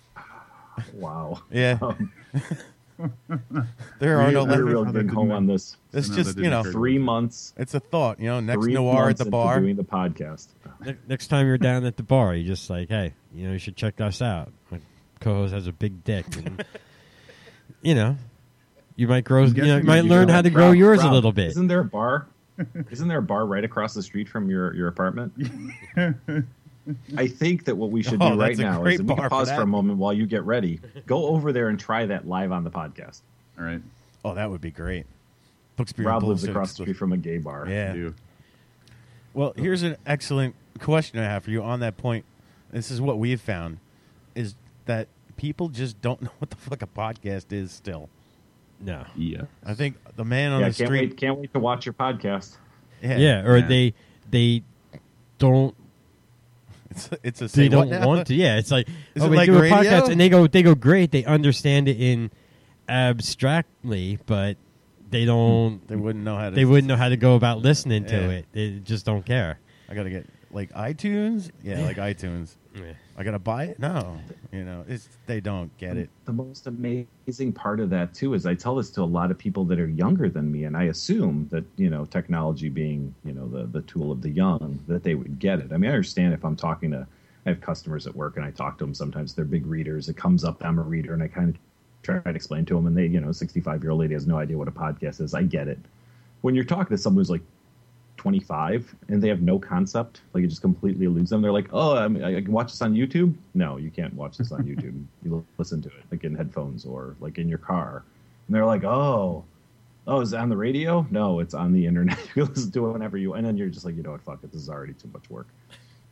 S4: wow,
S2: Yeah,
S4: Um,
S2: there are
S5: we-
S2: no.
S4: we're
S5: I
S2: limits.
S5: don't know
S4: real
S5: how that
S4: getting
S5: didn't
S4: home
S5: make-
S4: on this.
S2: It's
S5: I that
S2: just you
S5: didn't
S2: know,
S5: occur to me.
S4: Three months,
S2: it's a thought. You know, next
S4: three
S2: noir
S4: months
S2: at the
S4: into
S2: bar.
S4: doing the podcast.
S3: ne- next time you're down at the bar, you're just like, hey, you know, you should check us out. My co-host has a big dick, and you know, you might grow, you,
S5: I'm
S3: know, you
S5: guessing
S3: might
S5: you
S3: learn
S5: don't
S3: how to
S5: like
S3: grow
S4: Rob,
S3: yours a
S4: Rob,
S3: little bit.
S4: Isn't there a bar? Isn't there a bar right across the street from your, your apartment? I think that what we should
S2: Oh,
S4: do right
S2: that's a
S4: now
S2: great
S4: is we
S2: bar for
S4: can pause
S2: that.
S4: for a moment while you get ready. Go over there and try that live on the podcast.
S5: All right.
S2: Oh, that would be great. Books, beer, and
S4: Rob lives
S2: bullshit.
S4: across the street from a gay bar.
S2: Yeah.
S5: Do.
S2: Well, here's an excellent question I have for you on that point. This is what we've found is that people just don't know what the fuck a podcast is still.
S3: No,
S5: Yeah.
S2: I think the man on
S4: Yeah,
S2: the
S4: can't
S2: street
S4: wait, can't wait to watch your podcast.
S2: yeah,
S3: yeah, or
S5: Yeah.
S3: they they don't
S2: It's it's a
S3: they
S2: say what
S3: don't
S2: now?
S3: want to. Yeah, it's like
S2: Is
S3: oh,
S2: it
S3: we
S2: like
S3: do a
S2: radio?
S3: podcast, and they go they go great. They understand it in abstractly, but they don't.
S2: They wouldn't know how to
S3: They wouldn't know how to go about listening to
S2: Yeah.
S3: it. They just don't care.
S2: I got to get like iTunes? Yeah, like iTunes. I got to buy it? No. You know, it's they don't get it.
S4: The most amazing part of that too is I tell this to a lot of people that are younger than me, and I assume that you know technology being you know the the tool of the young that they would get it. I mean, I understand if I'm talking to I have customers at work and I talk to them sometimes. They're big readers. It comes up. I'm a reader, and I kind of try and explain to them, and they you know 65 year old lady has no idea what a podcast is. I get it. When you're talking to someone who's like 25 and they have no concept like it just completely eludes them they're like oh I, mean, I I can watch this on youtube no you can't watch this on youtube you l- listen to it like in headphones or like in your car and they're like oh oh is it on the radio no it's on the internet you listen to it whenever you and then you're just like you know what fuck it this is already too much work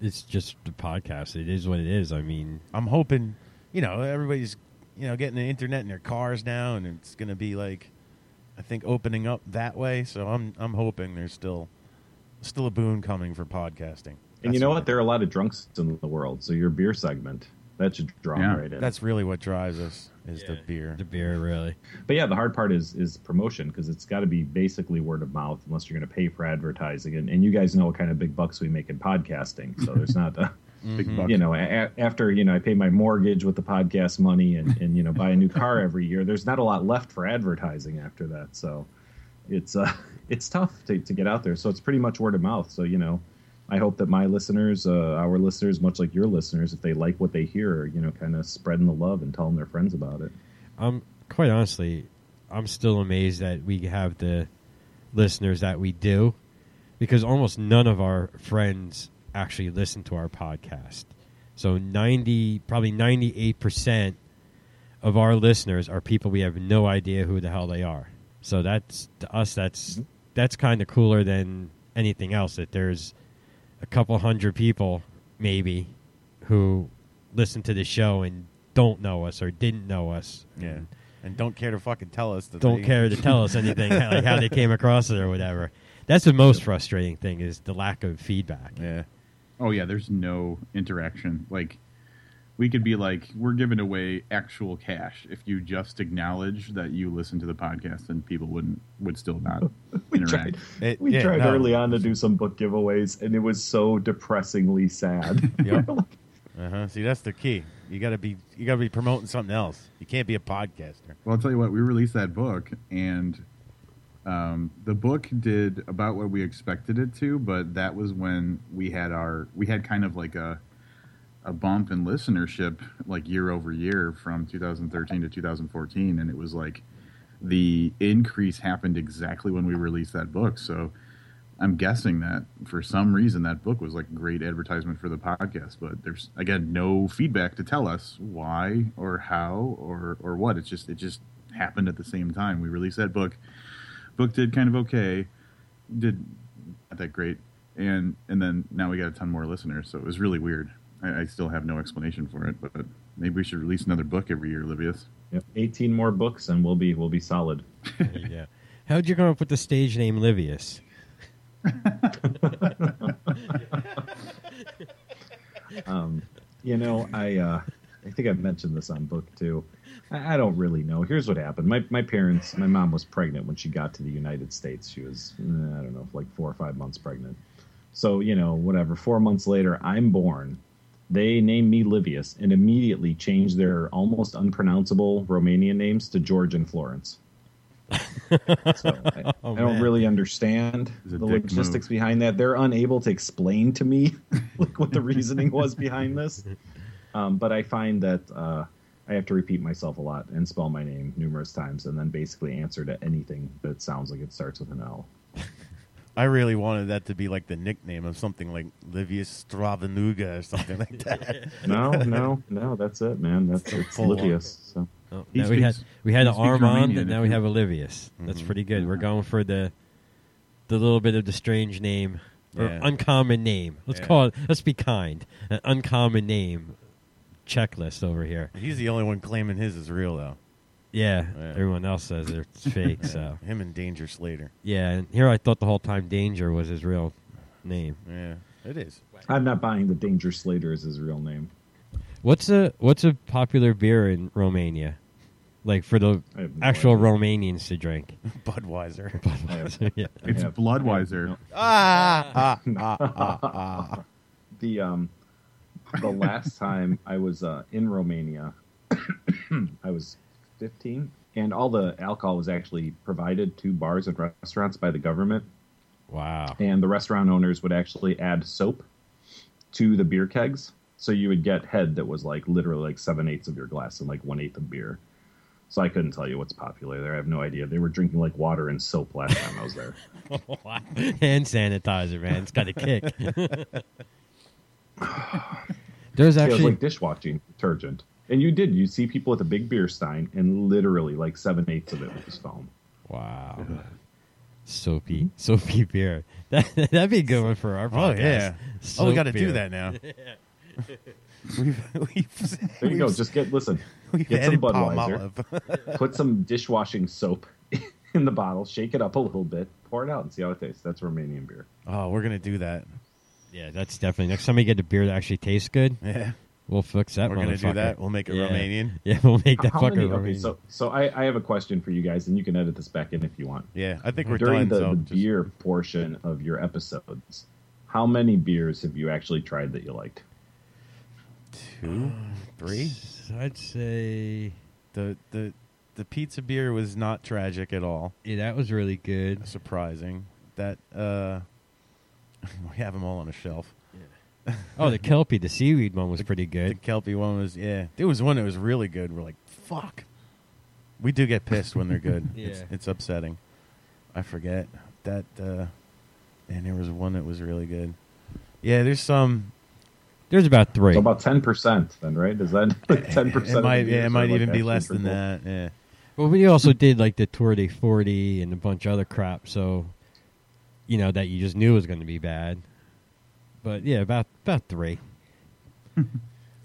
S3: It's just the podcast. It is what it is. I mean,
S2: I'm hoping, you know, everybody's, you know, getting the internet in their cars now, and it's going to be like, I think opening up that way. So I'm I'm hoping there's still still a boon coming for podcasting.
S4: and
S2: That's
S4: you know
S2: what-
S4: what there are a lot of drunks in the world so your beer segment that should draw 'em
S5: Yeah.
S4: right in
S2: That's really what drives us is the
S3: Yeah.
S2: beer.
S3: the beer really.
S4: But yeah, the hard part is is promotion because it's got to be basically word of mouth unless you're going to pay for advertising. And, and you guys know what kind of big bucks we make in podcasting, so there's not a,
S2: Mm-hmm.
S5: Big bucks.
S4: you know a- a, after you know I pay my mortgage with the podcast money and and you know buy a new car every year. There's not a lot left for advertising after that, so it's uh it's tough to to get out there. So it's pretty much word of mouth. So you know. I hope that my listeners, uh, our listeners, much like your listeners, if they like what they hear, you know, kind of spreading the love and telling their friends about it.
S3: I'm quite honestly, I'm still amazed that we have the listeners that we do, because almost none of our friends actually listen to our podcast. So ninety, probably ninety eight percent of our listeners are people we have no idea who the hell they are. So that's to us, that's that's kind of cooler than anything else. That there's a couple hundred people maybe who listen to the show and don't know us or didn't know us.
S2: Yeah, and don't care to fucking tell us. That
S3: Don't
S2: they-
S3: care to tell us anything like how they came across it or whatever. That's the most frustrating thing is the lack of feedback.
S2: Yeah,
S5: Oh yeah, there's no interaction. Like we could be like, we're giving away actual cash if you just acknowledge that you listen to the podcast, and people wouldn't would still not
S4: We tried.
S5: interact.
S2: It-
S4: we
S2: yeah,
S4: tried
S2: no.
S4: early on to do some book giveaways, and it was so depressingly sad.
S2: Yep. Uh huh. See, that's the key. You gotta be you gotta be promoting something else. You can't be a podcaster.
S5: Well, I'll tell you what, we released that book, and um, the book did about what we expected it to, but that was when we had our we had kind of like a a bump in listenership like year over year from 2013 to 2014, and it was like the increase happened exactly when we released that book. So I'm guessing that for some reason that book was like great advertisement for the podcast, but there's again no feedback to tell us why or how or or what. It's just it just happened at the same time. We released that book. Book did kind of okay. Did not that great. And and then now we got a ton more listeners, so it was really weird. I, I still have no explanation for it, but maybe we should release another book every year, Livius.
S4: Yep. Eighteen more books, and we'll be we'll be solid.
S3: yeah. How'd you come up with the stage name Livius?
S4: Um, you know, I uh, I think I've mentioned this on book too. I, I don't really know. Here's what happened. My my parents, my mom was pregnant when she got to the United States. She was eh, I don't know, like four or five months pregnant. So you know, whatever. Four months later, I'm born. They named me Livius and immediately changed their almost unpronounceable Romanian names to George and Florence. So I,
S3: Oh,
S4: I don't
S3: man.
S4: really understand
S5: It's a
S4: the
S5: dick
S4: logistics behind that. They're unable to explain to me like what the reasoning was behind this. Um, but I find that uh, I have to repeat myself a lot and spell my name numerous times, and then basically answer to anything that sounds like it starts with an L.
S2: I really wanted that to be like the nickname of something like Livia Stravanuga or something like that.
S4: No, no, no. That's it, man. That's it's
S2: Full on.
S4: Livius. So.
S3: Oh,
S5: He
S3: now we had
S5: speaks-
S3: we had
S5: he
S3: an
S5: speaks
S3: Armand,
S5: Romanian,
S3: and now
S5: if
S3: we
S5: you-
S3: have Olivius. That's pretty good. We're
S5: Yeah.
S3: going for the the little bit of the strange name or
S2: Yeah.
S3: uncommon name. Let's
S2: Yeah.
S3: call it. Let's be kind. An uncommon name checklist over here.
S2: He's the only one claiming his is real though.
S3: Yeah,
S2: Yeah.
S3: everyone else says it's fake. so
S2: Him and Danger Slater.
S3: yeah, and here I thought the whole time Danger was his real name.
S2: Yeah, it is.
S4: I'm not buying the Danger Slater is his real name.
S3: What's a what's a popular beer in Romania? Like for the
S4: I have no
S3: actual
S4: idea.
S3: Romanians to drink.
S2: Budweiser.
S4: I have
S3: yeah.
S5: It's
S4: Yeah.
S5: Bloodweiser.
S2: ah, ah, ah, ah,
S4: Uh,
S3: uh,
S2: ah.
S4: the um the last time I was uh, in Romania, I was 15, and all the alcohol was actually provided to bars and restaurants by the government,
S3: Wow.
S4: and the restaurant owners would actually add soap to the beer kegs, so you would get head that was like literally like seven eighths of your glass and like one eighth of beer. So I couldn't tell you what's popular there. I have no idea. They were drinking like water and soap last time I was there.
S3: Hand sanitizer, man. It's got a kick. There's
S4: Yeah, it was
S3: actually
S4: like dishwashing detergent. And you did. You see people with a big beer stein, and literally like seven eighths of it was foam.
S3: wow, soapy, soapy beer. That that'd be a good one for our
S2: Oh
S3: podcast.
S2: yeah. oh, we
S3: Soap
S2: got to do
S3: beer.
S2: that now. we've, we've,
S4: There you go.
S2: we've-
S4: Just get listen.
S2: we've
S4: get some
S2: added palm
S4: Budweiser.
S2: olive.
S4: Put some dishwashing soap in the bottle. Shake it up a little bit. Pour it out and see how it tastes. That's Romanian beer.
S2: oh, we're gonna do that.
S3: Yeah, that's definitely next time we get a beer that actually tastes good,
S2: Yeah,
S3: we'll fix that.
S2: we're gonna do
S3: motherfucker.
S2: that. We'll make it
S3: Yeah.
S2: Romanian.
S3: Yeah, we'll make that
S4: How
S3: fucker
S4: many- okay,
S3: Romanian.
S4: so so I, I have a question for you guys, and you can edit this back in if you want.
S2: Yeah, I think we're done.
S4: During the,
S2: so
S4: the
S2: just-
S4: beer portion of your episodes, how many beers have you actually tried that you liked?
S2: two, three.
S3: I'd say
S2: The the the pizza beer was not tragic at all.
S3: yeah, that was really good.
S2: Surprising that uh, we have them all on a shelf.
S3: Oh, the kelpie, the seaweed one was pretty
S2: The
S3: good.
S2: Kelpie one was yeah. There was one that was really good. We're like, fuck. We do get pissed when they're good. it's,
S3: Yeah.
S2: it's upsetting. I forget that. Uh, and there was one that was really good. Yeah, there's some.
S3: There's about three.
S4: So about ten percent, then, right? Is that ten percent?
S2: It might, yeah, it might even be less than that. Yeah.
S3: Well, we also did like the Tour de 40 and a bunch of other crap, so you know that you just knew was going to be bad. But yeah, about about three.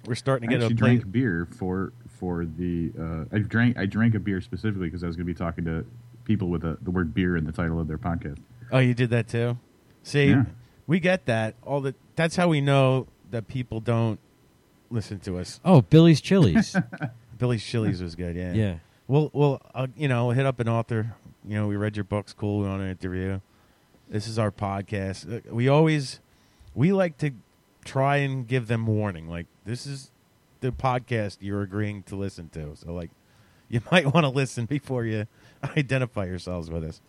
S2: We're starting
S5: I
S2: to get
S5: actually
S2: a plate.
S5: drank beer for for the. Uh, I drank I drank a beer specifically because I was going to be talking to people with a, the word beer in the title of their podcast.
S2: Oh, you did that too. See,
S5: Yeah.
S2: we get that. All the that's how we know that people don't listen to us.
S3: Oh, Billy's Chili's.
S2: Billy's Chili's was good. Yeah.
S3: yeah,
S2: We'll we'll uh, you know hit up an author. You know, we read your books. Cool. We want to interview. This is our podcast. Uh, We always we like to try and give them warning. Like this is the podcast you're agreeing to listen to. So like you might want to listen before you identify yourselves with us.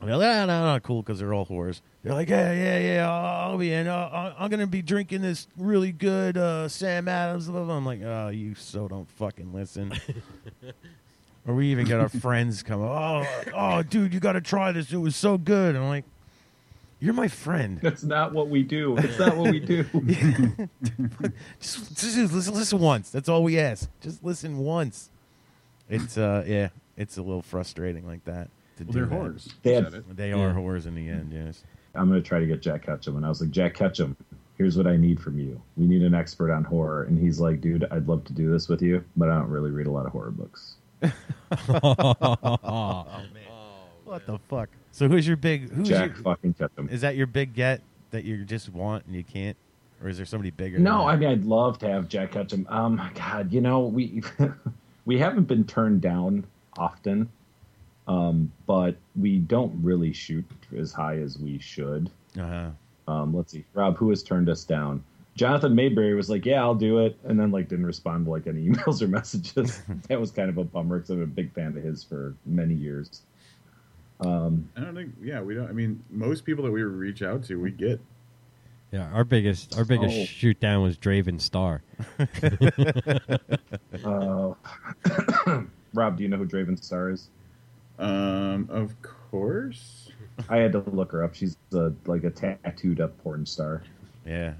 S2: They're like, no, no, no, cool, because they're all whores. They're like, yeah, yeah, yeah, I'll be in. Uh, I- I'm going to be drinking this really good uh, Sam Adams. blah, blah, blah. I'm like, oh, you so don't fucking listen. or we even get our friends come, oh, oh, dude, you got to try this. It was so good. I'm like, you're my friend.
S4: That's not what we do. It's not what we do.
S2: Just, just listen, listen once. That's all we ask. Just listen once. It's, uh, yeah, it's a little frustrating like that. To
S5: Well,
S2: do
S5: they're
S2: that.
S5: whores.
S4: They
S5: Is
S4: had-
S5: that it?
S2: They are
S3: Yeah.
S2: whores in the end, yes.
S4: I'm going to try to get Jack Ketchum. And I was like, Jack Ketchum, here's what I need from you. We need an expert on horror. And he's like, dude, I'd love to do this with you, but I don't really read a lot of horror books.
S2: What the fuck? So who's your big? Who's
S4: Jack
S2: your,
S4: fucking Ketchum.
S2: is that your big get that you just want and you can't, or is there somebody bigger?
S4: No, I
S2: than
S4: mean, I'd love to have Jack Ketchum. Um, God, you know, we we haven't been turned down often, um, but we don't really shoot as high as we should.
S2: I mean, uh-huh.
S4: Um, let's see, Rob, who has turned us down? Jonathan Mayberry was like, "Yeah, I'll do it," and then like didn't respond to like any emails or messages. that was kind of a bummer because I'm a big fan of his for many years. Um,
S5: I don't think. Yeah, we don't. I mean, most people that we reach out to, we get.
S3: Yeah, our biggest our biggest
S4: Oh.
S3: shoot down was Draven Star.
S4: uh, Rob, do you know who Draven Star is?
S5: Um, of course.
S4: I had to look her up. She's a, like a tattooed up porn star.
S2: Yeah.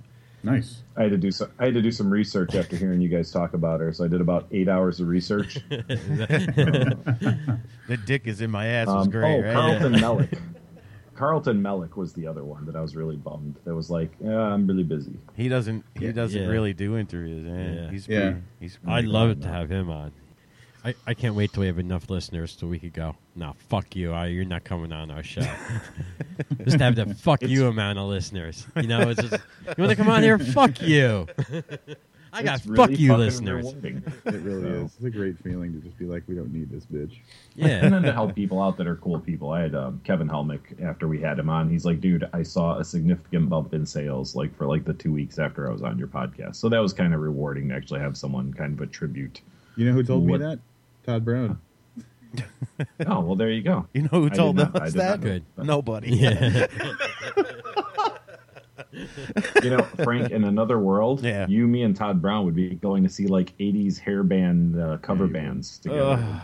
S5: Nice.
S4: I had to do some. I had to do some research after hearing you guys talk about her. So I did about eight hours of research.
S2: The dick is in my ass was
S4: Um,
S2: great,
S4: oh,
S2: right?
S4: Carlton Mellick. Carlton Mellick was the other one that I was really bummed. That was like, yeah, I'm really busy.
S2: He doesn't. He
S5: Yeah.
S2: doesn't
S3: Yeah.
S2: really do interviews. Yeah.
S3: Yeah.
S2: He's
S5: Yeah.
S2: pretty, He's.
S3: I'd
S2: pretty
S3: love
S2: good.
S3: to have him on. I, I can't wait till we have enough listeners so we could go. Nah, fuck you. I, you're not coming on our show. just have the fuck you amount of listeners. You know, it's just you want to come on here. Fuck you. I got
S4: It's really
S3: fuck you
S4: fucking
S3: listeners.
S4: rewarding.
S5: It really is. It's a great feeling to just be like, we don't need this
S4: and
S5: bitch.
S3: Yeah,
S4: then to help people out that are cool people, I had um, Kevin Helmick after we had him on. He's like, dude, I saw a significant bump in sales like for like the two weeks after I was on your podcast. So that was kind of rewarding to actually have someone kind of attribute.
S5: You know who told
S4: What?
S5: me that? Todd Brown.
S4: Oh well, there you go.
S2: You know who
S4: did
S2: told
S4: not- I
S2: us
S4: did
S2: that?
S4: not know
S3: good.
S2: Nobody.
S3: Yeah.
S4: You know, Frank, in another world,
S2: Yeah.
S4: you, me, and Todd Brown would be going to see like '80s hair band uh, cover
S5: Yeah, you would.
S4: bands together.
S2: Ugh,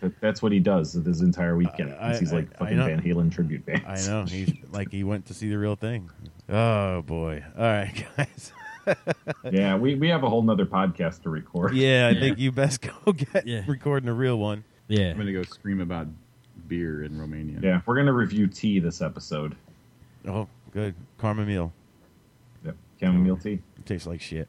S4: That That's what he does this entire weekend.
S2: I-
S4: he's like
S2: I- I
S4: fucking
S2: know.
S4: Van Halen tribute bands.
S2: I know. He's like he went to see the real thing. Oh boy. All right, guys.
S4: Yeah, we, we have a whole nother podcast to record.
S2: Yeah, I think you best go get
S3: Yeah.
S2: recording a real one.
S3: yeah.
S5: I'm gonna go scream about beer in Romania.
S4: Yeah, we're gonna review tea this episode.
S2: Oh, good. Karma meal
S4: Yep. Chamomile tea.
S2: It tastes like shit.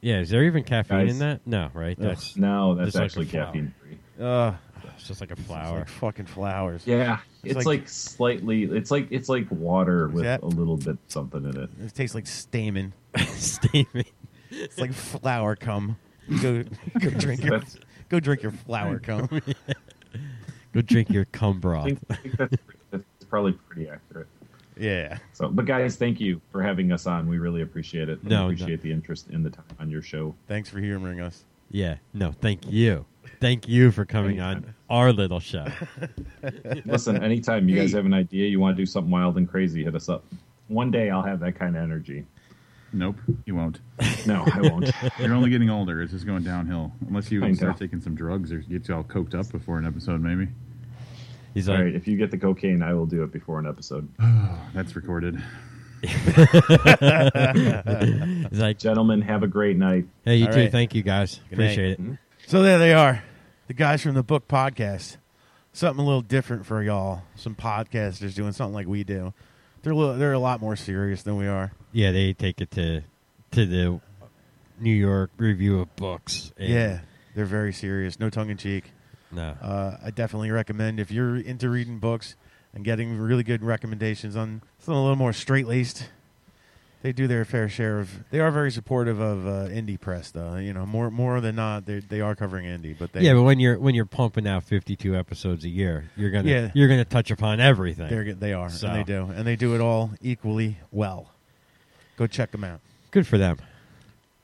S3: Yeah, Is there even caffeine
S4: Guys.
S3: in that? No, right? That's
S4: No, that's
S3: Just like
S4: actually
S3: a flower.
S4: caffeine free.
S2: Uh,
S3: it's just like a
S2: flower.
S3: flower.
S2: Like fucking flowers.
S4: Yeah,
S2: It's
S4: it's,
S2: like-
S4: like, slightly. It's like it's like water with
S2: that-
S4: a little bit something in it.
S2: It tastes like stamen.
S3: Steaming.
S2: It's like flower cum. Go, go drink your,
S4: That's-
S2: go drink your flower cum.
S3: Go drink your cum
S4: I
S3: broth.
S4: think, I think that's, that's probably pretty accurate.
S2: Yeah.
S4: So, but guys, thank you for having us on. We really appreciate it. We
S3: No, no.
S4: appreciate the interest in the time on your show.
S2: Thanks for humoring us.
S3: Yeah. No, thank you. Thank you for coming on
S4: Anytime.
S3: our little show.
S4: Listen, anytime you guys
S2: Hey.
S4: have an idea, you want to do something wild and crazy, hit us up. One day I'll have that kind of energy.
S5: Nope, you won't.
S4: No, I won't.
S5: You're only getting older. It's just going downhill. Unless you
S4: I
S5: start
S4: know.
S5: taking some drugs or get you all coked up before an episode, maybe.
S3: He's
S4: All
S3: like,
S4: right, if you get the cocaine, I will do it before an episode.
S5: That's recorded.
S3: he's like,
S4: Gentlemen, have a great night.
S3: hey, you
S2: All
S3: too.
S2: right.
S3: Thank you guys.
S2: Good night. Mm-hmm.
S3: Appreciate it.
S2: So there they are, the guys from the book podcast. Something a little different for y'all. Some podcasters doing something like we do. They're a little, they're a lot more serious than we are.
S3: Yeah, they take it to to the New York review of books. and-
S2: yeah they're very serious. No tongue in cheek.
S3: No.
S2: Uh, I definitely recommend if you're into reading books and getting really good recommendations on something a little more straight laced. They do their fair share of. They are very supportive of uh, indie press, though. You know, more more than not, they they are covering indie, but they
S3: yeah, but when you're when you're pumping out 52 episodes a year, you're gonna
S2: Yeah.
S3: you're gonna touch upon everything.
S2: they're they are
S3: So.
S2: and they do and they do it all equally well. Go check them out.
S3: Good for them.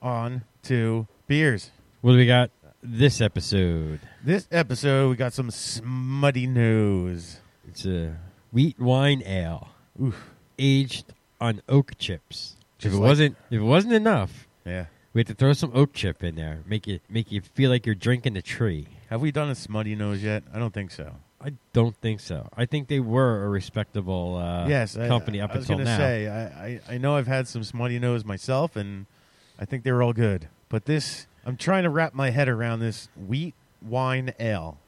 S2: On to beers.
S3: What do we got this episode?
S2: This episode we got some smutty news.
S3: It's a wheat wine ale,
S2: Oof.
S3: aged on oak chips.
S2: Just
S3: if it
S2: like-
S3: wasn't if it wasn't enough,
S2: Yeah.
S3: We have to throw some oak chip in there, make it make you feel like you're drinking a tree.
S2: Have we done a smutty nose yet? I don't think so.
S3: I don't think so. I think they were a respectable uh,
S2: yes, I-
S3: company up
S2: I was
S3: until
S2: gonna
S3: now.
S2: Say, I, I, I know I've had some smutty nose myself, and I think they were all good. But this, I'm trying to wrap my head around this wheat wine ale.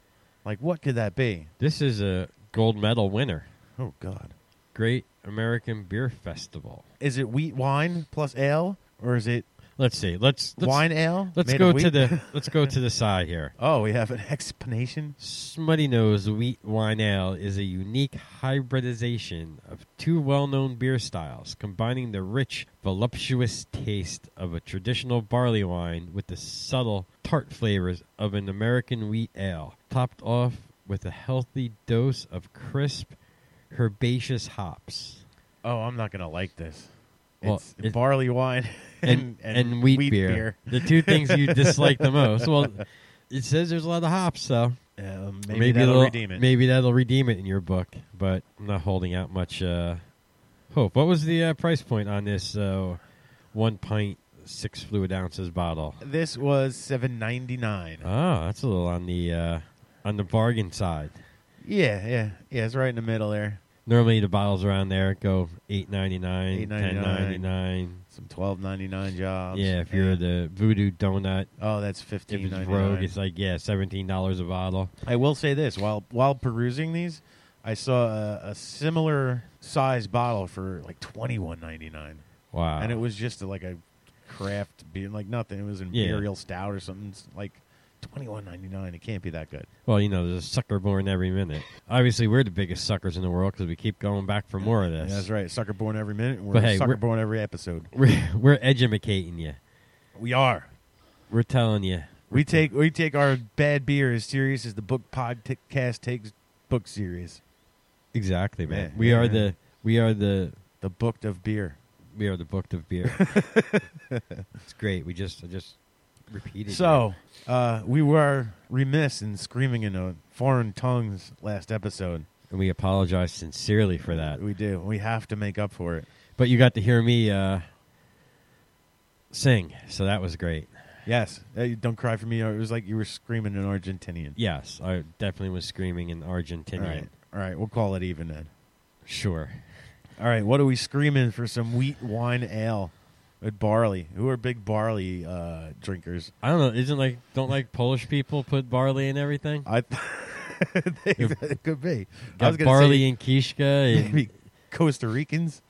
S2: Like, what could that be?
S3: This is a gold medal winner,
S2: Oh God,
S3: Great American Beer Festival.
S2: is it wheat wine plus ale, or is it
S3: Let's see. Let's, let's
S2: wine ale?
S3: Let's
S2: made of
S3: go to
S2: wheat?
S3: the let's go to the side here.
S2: Oh, we have an explanation.
S3: Smutty Nose Wheat Wine Ale is a unique hybridization of two well known beer styles, combining the rich, voluptuous taste of a traditional barley wine with the subtle, tart flavors of an American wheat ale, topped off with a healthy dose of crisp, herbaceous hops.
S2: Oh, I'm not gonna like this.
S3: Well,
S2: it's
S3: it-
S2: barley wine
S3: And, and, wheat, beer. The two things you dislike the most. Well, it says there's a lot of hops, though.
S2: Um, maybe, that'll
S3: it'll-
S2: redeem it.
S3: Maybe that'll redeem it in your book, but I'm not holding out much uh, hope. What was the uh, price point on this uh, one pint, six fluid ounces bottle?
S2: This was seven ninety nine.
S3: Oh, that's a little on the uh, on the bargain side.
S2: Yeah, yeah, yeah. It's right in the middle there.
S3: Normally the bottles around there go eight ninety nine, ten ninety
S2: $8.99.
S3: nine.
S2: Some twelve ninety nine jobs.
S3: Yeah, if you're the Voodoo Donut,
S2: oh, that's
S3: if
S2: fifteen
S3: it's
S2: ninety
S3: Rogue,
S2: nine.
S3: it's like yeah, seventeen dollars a bottle.
S2: I will say this while while perusing these, I saw a, a similar size bottle for like twenty one ninety nine,
S3: Wow,
S2: and it was just like a craft beer, like nothing. It was imperial stout or something It's like twenty one ninety nine. It can't be that good.
S3: Well, you know, there's a sucker born every minute. Obviously, we're the biggest suckers in the world because we keep going back for more of this.
S2: that's right. Sucker born every minute. and We're
S3: But hey,
S2: sucker
S3: we're-
S2: born every episode.
S3: We're, we're edumacating you.
S2: We are.
S3: We're telling you.
S2: We take we take our bad beer as serious as the book podcast takes book serious.
S3: Exactly, man.
S2: Yeah,
S3: we
S2: yeah,
S3: are
S2: yeah.
S3: the we are the
S2: The booked of beer.
S3: we are the booked of beer. it's great. We just I just repeated.
S2: So uh, we were remiss in screaming in uh, foreign tongues last episode.
S3: it. and we apologize sincerely for that.
S2: We do. We have to make up for it.
S3: But you got to hear me uh, sing, so that was great.
S2: Yes. Hey, don't cry for me. It was like you were screaming in Argentinian.
S3: Yes, I definitely was screaming in Argentinian.
S2: All right. All right. We'll call it even then.
S3: Sure.
S2: All right. What are we screaming for? Some wheat wine ale with barley. Who are big barley uh, drinkers?
S3: I don't know. Isn't like don't like Polish people put barley in everything?
S2: I th- think that it could be. I was
S3: Got
S2: gonna
S3: barley
S2: say
S3: and kishka. And,
S2: maybe Costa Ricans.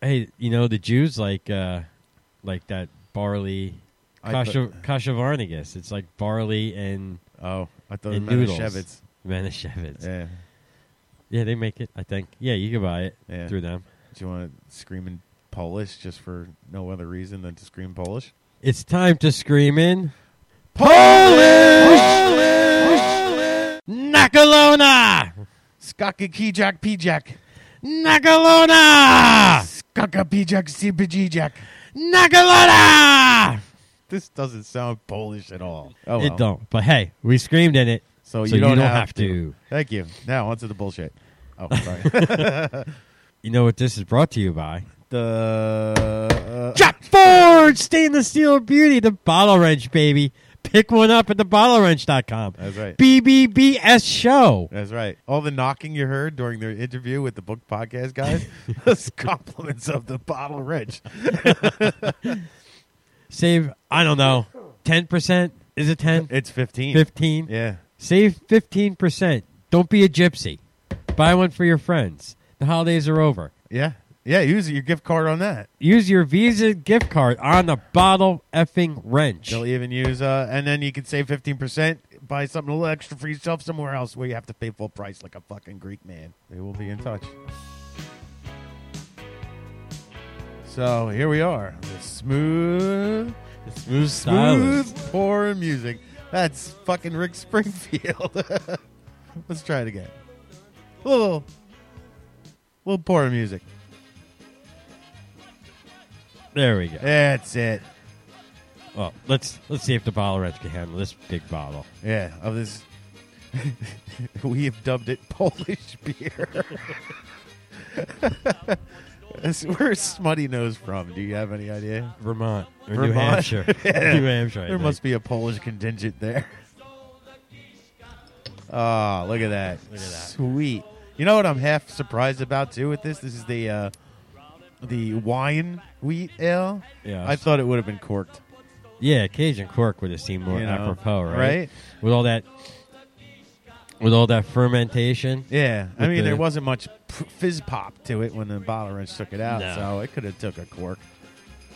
S3: hey, you know the Jews like uh like that barley
S2: I
S3: kasha kashavarnigus. It's like barley and
S2: Oh, I thought
S3: and
S2: it
S3: noodles.
S2: Shevitz.
S3: Manischewitz. Yeah.
S2: Yeah.
S3: they make it. I think. Yeah, you can buy it
S2: Yeah.
S3: through them.
S2: Do you want to scream in Polish just for no other reason than to scream Polish?
S3: It's time to scream in
S2: Polish!
S3: Nakalona,
S2: Skaka Kijak Pijak.
S3: Nakalona,
S2: Skaka Pijak Sibajijak.
S3: Nakalona.
S2: This doesn't sound Polish at all. Oh, well.
S3: It don't. But hey, we screamed in it,
S2: So,
S3: you, don't, have, to.
S2: Thank you. Now, on to the bullshit. Oh, sorry.
S3: You know what this is brought to you by?
S2: the. Uh,
S3: Jack Ford Stainless Steel Beauty, the bottle wrench, baby. Pick one up at thebottlewrench.com.
S2: That's right.
S3: BBBS show.
S2: That's right. All the knocking you heard during their interview with the book podcast guys, those compliments of the bottle wrench.
S3: Save, I don't know, 10%? Is it 10?
S2: It's 15.
S3: 15?
S2: Yeah.
S3: Save 15%. Don't be a gypsy. Buy one for your friends. The holidays are over.
S2: Yeah. Yeah, use your gift card on that.
S3: Use your Visa gift card on the bottle effing wrench.
S2: They'll even use, uh, and then you can save 15%, buy something a little extra for yourself somewhere else where you have to pay full price like a fucking Greek man. They will be in touch. So here we are. The smooth,
S3: Smooth
S2: smooth foreign music. That's fucking Rick Springfield. Let's try it again. A little, little poor music.
S3: There we go.
S2: That's it.
S3: Well, let's let's see if the bottle wrench can handle this big bottle.
S2: Yeah, of this. we have dubbed it Polish beer. This- Where's Smutty Nose from? Do you have any idea?
S3: Vermont or New
S2: Vermont?
S3: Hampshire.
S2: Yeah.
S3: New Hampshire. I
S2: There
S3: think.
S2: must be a Polish contingent there. Ah, look at that.
S3: Look at that.
S2: Sweet. You know what I'm half surprised about too with this? This is the uh, the wine wheat ale.
S3: Yeah.
S2: I thought it would have been corked.
S3: yeah, Cajun cork would have seemed more
S2: You know,
S3: apropos, right?
S2: right?
S3: With all that, with all that fermentation.
S2: Yeah, I
S3: With
S2: mean
S3: the-
S2: there wasn't much p- fizz pop to it when the bottle wrench took it out,
S3: No.
S2: so it could have took a cork.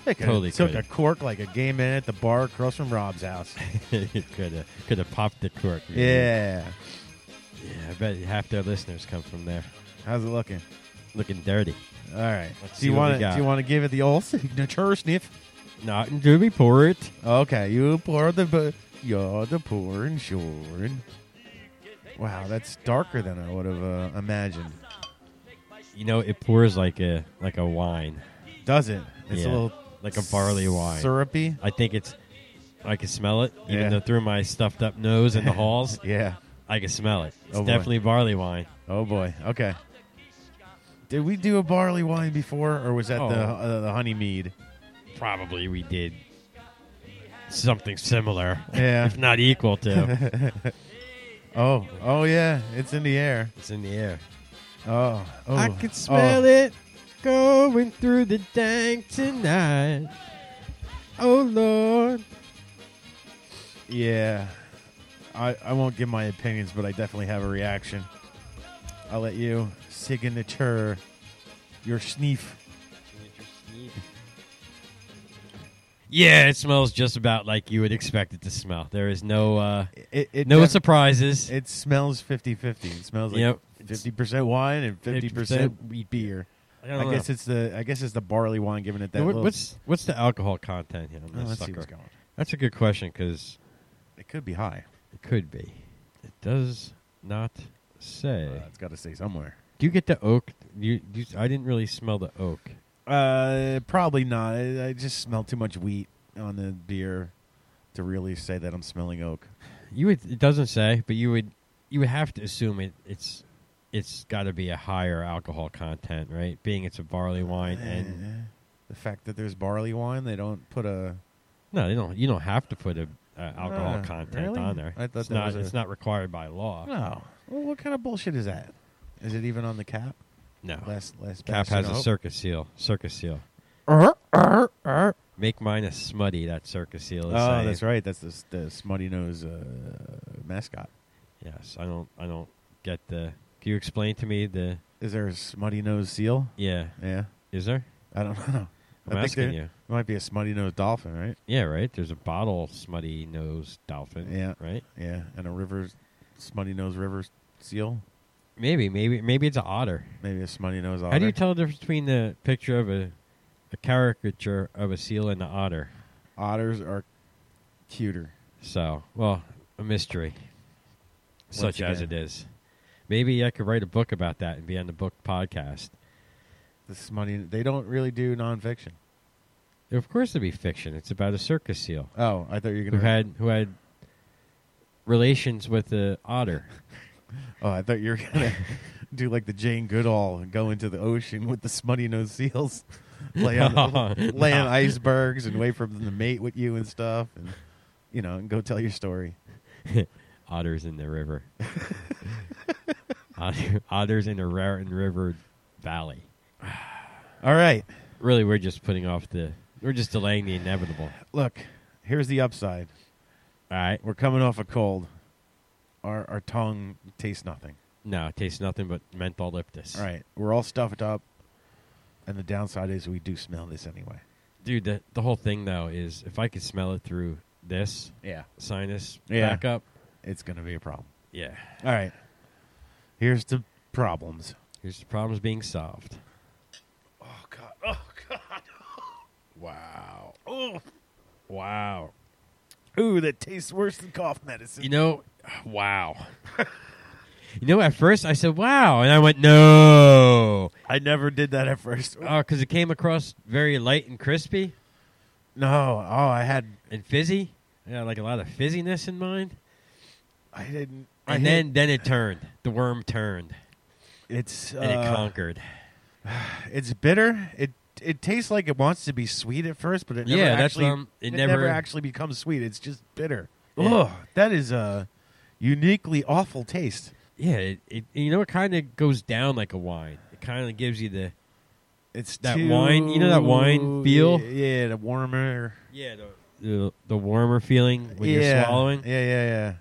S2: It could
S3: Totally
S2: have took
S3: could've.
S2: a cork like a gay man at the bar across from Rob's house.
S3: it could have could have popped the cork. maybe.
S2: yeah,
S3: Yeah, I bet half their listeners come from there,
S2: how's it looking?
S3: looking dirty.
S2: All right.
S3: Let's
S2: do you
S3: see what we
S2: want to
S3: got.
S2: do you want to give it the old signature sniff?
S3: Not in Doobie pour it.
S2: Okay, you pour the bu- you're the poor and sure. Wow, that's darker than I would have uh, imagined.
S3: You know, it pours like a like a wine,
S2: Does it? It's
S3: Yeah,
S2: a little
S3: like a barley wine.
S2: syrupy.
S3: I think it's. I can smell it, even
S2: Yeah.
S3: though through my stuffed up nose in the halls.
S2: Yeah.
S3: I can smell it. It's
S2: Oh, boy.
S3: definitely barley wine.
S2: Oh boy. Okay. Did we do a barley wine before, or was that the
S3: Oh.
S2: uh, the honey mead?
S3: Probably we did something similar,
S2: Yeah.
S3: if not equal to.
S2: Oh, oh yeah, it's in the air.
S3: it's in the air.
S2: Oh, oh
S3: I can smell it going through the dank tonight. Oh Lord,
S2: Yeah, I I won't give my opinions, but I definitely have a reaction. I'll let you signature your sneef.
S3: yeah, it smells just about like you would expect it to smell. There is no uh,
S2: It, it
S3: no
S2: def-
S3: surprises.
S2: it smells 50-50. It smells like
S3: Yep.
S2: fifty percent wine and fifty
S3: 50%
S2: percent beer.
S3: don't
S2: I,
S3: know.
S2: guess it's the I guess it's the barley wine giving it that.
S3: What-
S2: little,
S3: what's what's the alcohol content here? on
S2: Oh,
S3: this
S2: let's see
S3: sucker?
S2: what's going. on.
S3: That's a good question because
S2: It could be high.
S3: it could be. It does not say.
S2: Uh, it's got to say somewhere.
S3: Do you get the oak? You, you, I didn't really smell the oak.
S2: Uh, probably not. I, I just smell too much wheat on the beer to really say that I'm smelling oak.
S3: You would. It doesn't say, but you would. You would have to assume it. It's. It's got to be a higher alcohol content, right? Being it's a barley wine, and
S2: Eh, the fact that there's barley wine, they don't put a.
S3: no, they don't. You don't have to put a, a alcohol
S2: Ah,
S3: content
S2: really?
S3: on there.
S2: I thought
S3: it's
S2: that
S3: not.
S2: was a-
S3: It's not required by law.
S2: No. Well, what kind of bullshit is that? Is it even on the cap?
S3: No.
S2: Last last
S3: Cap
S2: batch, Uh,
S3: has
S2: no.
S3: a circus seal. Circus seal.
S2: Arr, arr, arr.
S3: Make mine a smutty. That circus seal. Is
S2: Oh,
S3: saying.
S2: that's right. That's the, s- the smutty nose uh, mascot.
S3: Yes, I don't. I don't get the. Can you explain to me the?
S2: Is there a smutty nose seal?
S3: Yeah.
S2: Yeah,
S3: Is there?
S2: I don't know.
S3: I'm
S2: I think
S3: asking
S2: there
S3: you.
S2: might be a smutty nosed dolphin, right?
S3: Yeah, right. There's a bottle smutty nose dolphin.
S2: Yeah.
S3: Right.
S2: Yeah, and a river, smutty nose river seal.
S3: Maybe, maybe, maybe it's an otter.
S2: Maybe a smutty nose otter.
S3: How do you tell the difference between the picture of a, a caricature of a seal and an otter?
S2: Otters are cuter.
S3: So, well, a mystery, such as it
S2: again.
S3: is. Maybe I could write a book about that and be on the book podcast.
S2: The smutty. They don't really do nonfiction.
S3: Of course, it'd be fiction. It's about a circus seal
S2: Oh, I thought you were
S3: who
S2: gonna.
S3: had who had relations with the otter.
S2: oh, I thought you were gonna do like the Jane Goodall and go into the ocean with the smutty nosed seals, lay on
S3: No,
S2: lay on
S3: no.
S2: icebergs and wait for them to mate with you and stuff, and you know, and go tell your story.
S3: Otters in the river. Otter, otters in the Raritan River Valley.
S2: All right,
S3: Really, we're just putting off the. We're just delaying the inevitable.
S2: look, here's the upside.
S3: All right.
S2: We're coming off a cold. Our our tongue tastes nothing.
S3: No, it tastes nothing but menthol liptus.
S2: All right, we're all stuffed up, and the downside is we do smell this anyway.
S3: Dude, the, the whole thing, though, is if I could smell it through this
S2: Yeah,
S3: sinus
S2: Yeah.
S3: back up,
S2: it's gonna be a problem.
S3: yeah.
S2: All right, here's the problems.
S3: Here's the problems being solved.
S2: Oh god! Oh god! Wow! Oh,
S3: Wow.
S2: ooh, that tastes worse than cough medicine.
S3: You know, wow. you know, at first I said, wow. And I went, no.
S2: I never did that at first.
S3: Because it came across very light and crispy.
S2: No, oh, I had,
S3: and fizzy. Yeah, like a lot of fizziness in mind.
S2: I didn't. I
S3: And
S2: hit-
S3: then, then it turned. The worm turned,
S2: it's
S3: and it
S2: uh,
S3: conquered.
S2: it's bitter. It it tastes like it wants to be sweet at first, but it never
S3: Yeah, that's
S2: actually
S3: what I'm- it
S2: never,
S3: never-
S2: actually becomes sweet. It's just bitter.
S3: Yeah.
S2: Ugh, that is a uniquely awful taste.
S3: Yeah, it, it you know it kind of goes down like a wine. It kind of gives you the
S2: It's
S3: That
S2: too-
S3: wine- you know that wine feel?
S2: Yeah, the warmer.
S3: yeah the the, the warmer feeling when
S2: yeah.
S3: you're swallowing.
S2: Yeah, yeah,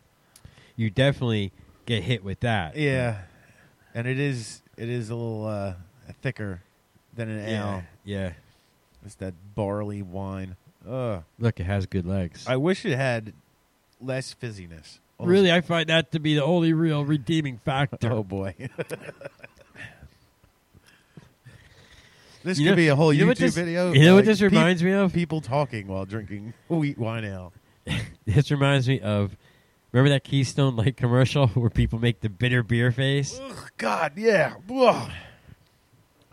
S3: You definitely get hit with that.
S2: yeah, yeah. And it is it is a little uh, thicker than an
S3: yeah,
S2: ale.
S3: yeah.
S2: It's that barley wine. Ugh.
S3: Look, it has good legs.
S2: I wish it had less fizziness. Oh,
S3: really, I find that to be the only real redeeming factor.
S2: Oh boy. this
S3: You
S2: could
S3: know-
S2: be a whole
S3: you know
S2: YouTube
S3: what this-
S2: video.
S3: you know what
S2: like,
S3: this
S2: peop-
S3: reminds me of?
S2: People talking while drinking wheat wine ale.
S3: This reminds me of remember that Keystone Light commercial where people make the bitter beer face.
S2: Ugh, God, yeah. Whoa.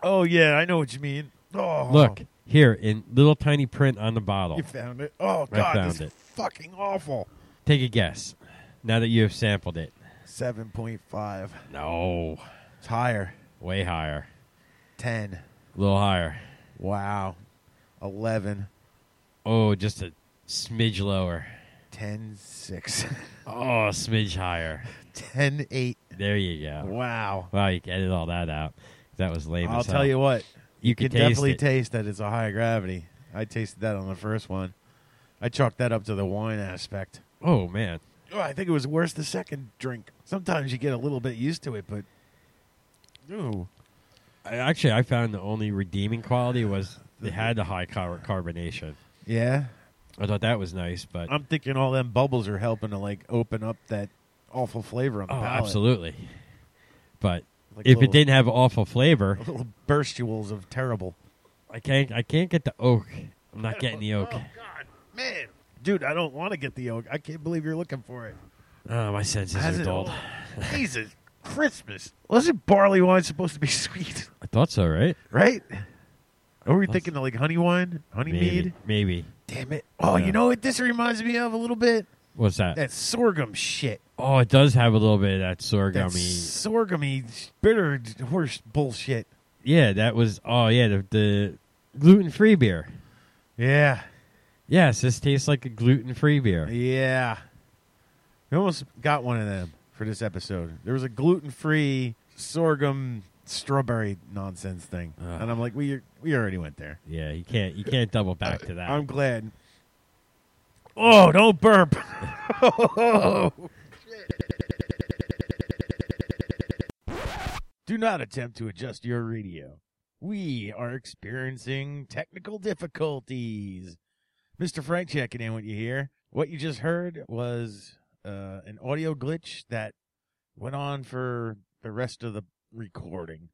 S2: Oh yeah, I know what you mean. Oh,
S3: Look here in little tiny print on the bottle.
S2: you found it. Oh
S3: I
S2: God,
S3: found
S2: this is
S3: it.
S2: fucking awful.
S3: Take a guess. Now that you have sampled it,
S2: Seven point five.
S3: No,
S2: It's higher.
S3: way higher,
S2: Ten.
S3: a little higher.
S2: Wow. Eleven.
S3: Oh, just a smidge lower.
S2: Ten six.
S3: Oh, a smidge higher.
S2: Ten eight.
S3: There you
S2: Oh.
S3: go.
S2: Wow.
S3: Wow, you can edit all that out. That was lame.
S2: I'll
S3: as
S2: tell
S3: hell.
S2: you what.
S3: You
S2: You
S3: can
S2: can
S3: taste
S2: definitely
S3: it.
S2: taste that it's a higher gravity. I tasted that on the first one. I chalked that up to the wine aspect.
S3: Oh man,
S2: Oh, I think it was worse the second drink. Sometimes you get a little bit used to it, but ooh,
S3: I, actually, I found the only redeeming quality was it had the high car- carbonation.
S2: yeah.
S3: I thought that was nice, but
S2: I'm thinking all them bubbles are helping to like open up that awful flavor on the
S3: oh,
S2: palate.
S3: absolutely. But
S2: Like
S3: if
S2: little-
S3: it didn't have awful flavor,
S2: Little burstules of terrible.
S3: I can't. I can't get the oak. I'm not getting the
S2: Oh.
S3: oak.
S2: Man, dude, I don't want to get the oak. I can't believe you're looking for it.
S3: Oh, my senses
S2: Has
S3: are
S2: it
S3: dulled.
S2: all- Jesus, Christmas. Wasn't barley wine supposed to be sweet,
S3: I thought so, right?
S2: right? Or were we thinking of like honey wine, honey mead?
S3: Maybe. Maybe.
S2: Damn it! Oh,
S3: Yeah.
S2: you know what? This reminds me of a little bit
S3: What's that?
S2: that sorghum shit.
S3: oh, it does have a little bit of that
S2: That
S3: sorghum.
S2: sorghumy bitter horse bullshit.
S3: Yeah, that was. Oh, yeah, the, the gluten free beer.
S2: Yeah,
S3: Yes, this tastes like a gluten free beer.
S2: yeah. We almost got one of them for this episode. There was a gluten-free sorghum strawberry nonsense thing,
S3: Ugh.
S2: and I'm like, we we already went there.
S3: Yeah, you can't. You can't double back to that.
S2: I'm glad. Oh, don't burp. Do not attempt to adjust your radio. We are experiencing technical difficulties. Mr. Frank checking in with you here. What you just heard was uh, an audio glitch that went on for the rest of the recording.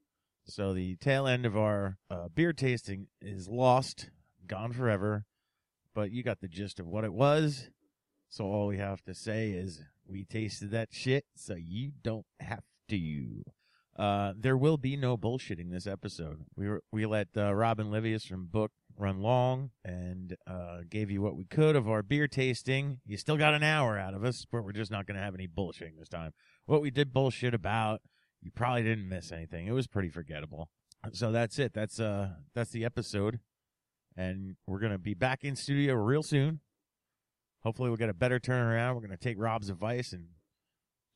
S2: So the tail end of our uh, beer tasting is lost gone forever, but you got the gist of what it was. So all we have to say is we tasted that shit, so you don't have to. Uh, there will be no bullshitting this episode. We were, we let uh, Robin Livius from Book run long and uh, gave you what we could of our beer tasting. You still got an hour out of us, but we're just not going to have any bullshitting this time. What we did bullshit about, you probably didn't miss anything. It was pretty forgettable. So that's it. That's uh that's the episode and we're gonna be back in studio real soon. Hopefully, we'll get a better turnaround. We're gonna take Rob's advice and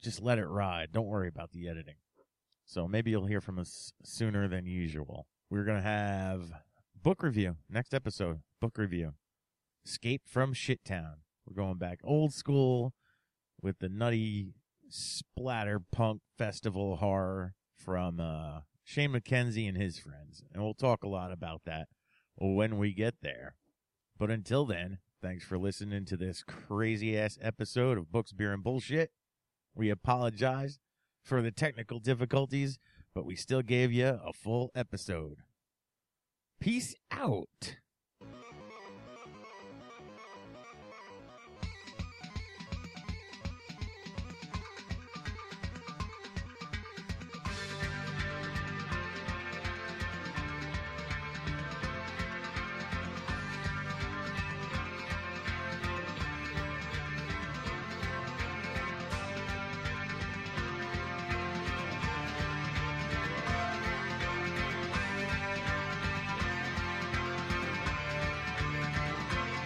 S2: just let it ride. Don't worry about the editing. So maybe you'll hear from us sooner than usual. We're gonna have book review next episode. Book review, Escape from Shittown. We're going back old school with the nutty splatter punk festival horror from uh, Shane McKenzie and his friends, and we'll talk a lot about that when we get there. But until then, thanks for listening to this crazy ass episode of Books, Beer, and Bullshit. We apologize for the technical difficulties, but we still gave you a full episode. Peace out.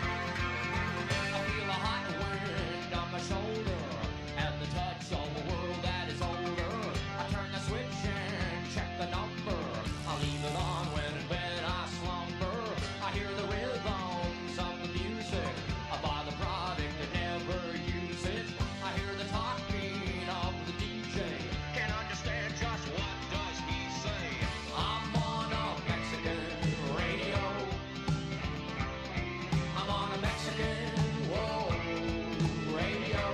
S6: I feel a hot wind on my shoulder and the touch of a world that is older. I turn the switch and check the number. I leave it on when in bed I slumber. I hear the rhythms of the music. I buy the product and never use it. I hear the talking of the DJ. Can't understand just what does he say. I'm on a Mexican radio. I'm on a Mexican whoa, radio.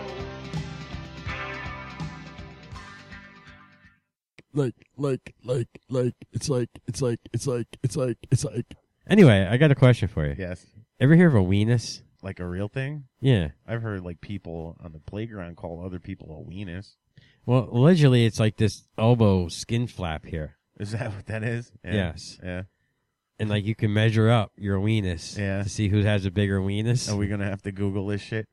S7: like like like like it's like it's like it's like it's like it's like
S3: Anyway, I got a question for you.
S2: Yes,
S3: Ever hear of a weenus?
S2: like a real thing.
S3: Yeah.
S2: I've heard like people on the playground call other people a weenus.
S3: Well, allegedly, it's like this elbow skin flap here.
S2: Is that what that is? Yeah.
S3: Yes.
S2: Yeah.
S3: And like you can measure up your weenus
S2: Yeah.
S3: to see who has a bigger weenus.
S2: Are we gonna have to Google this shit?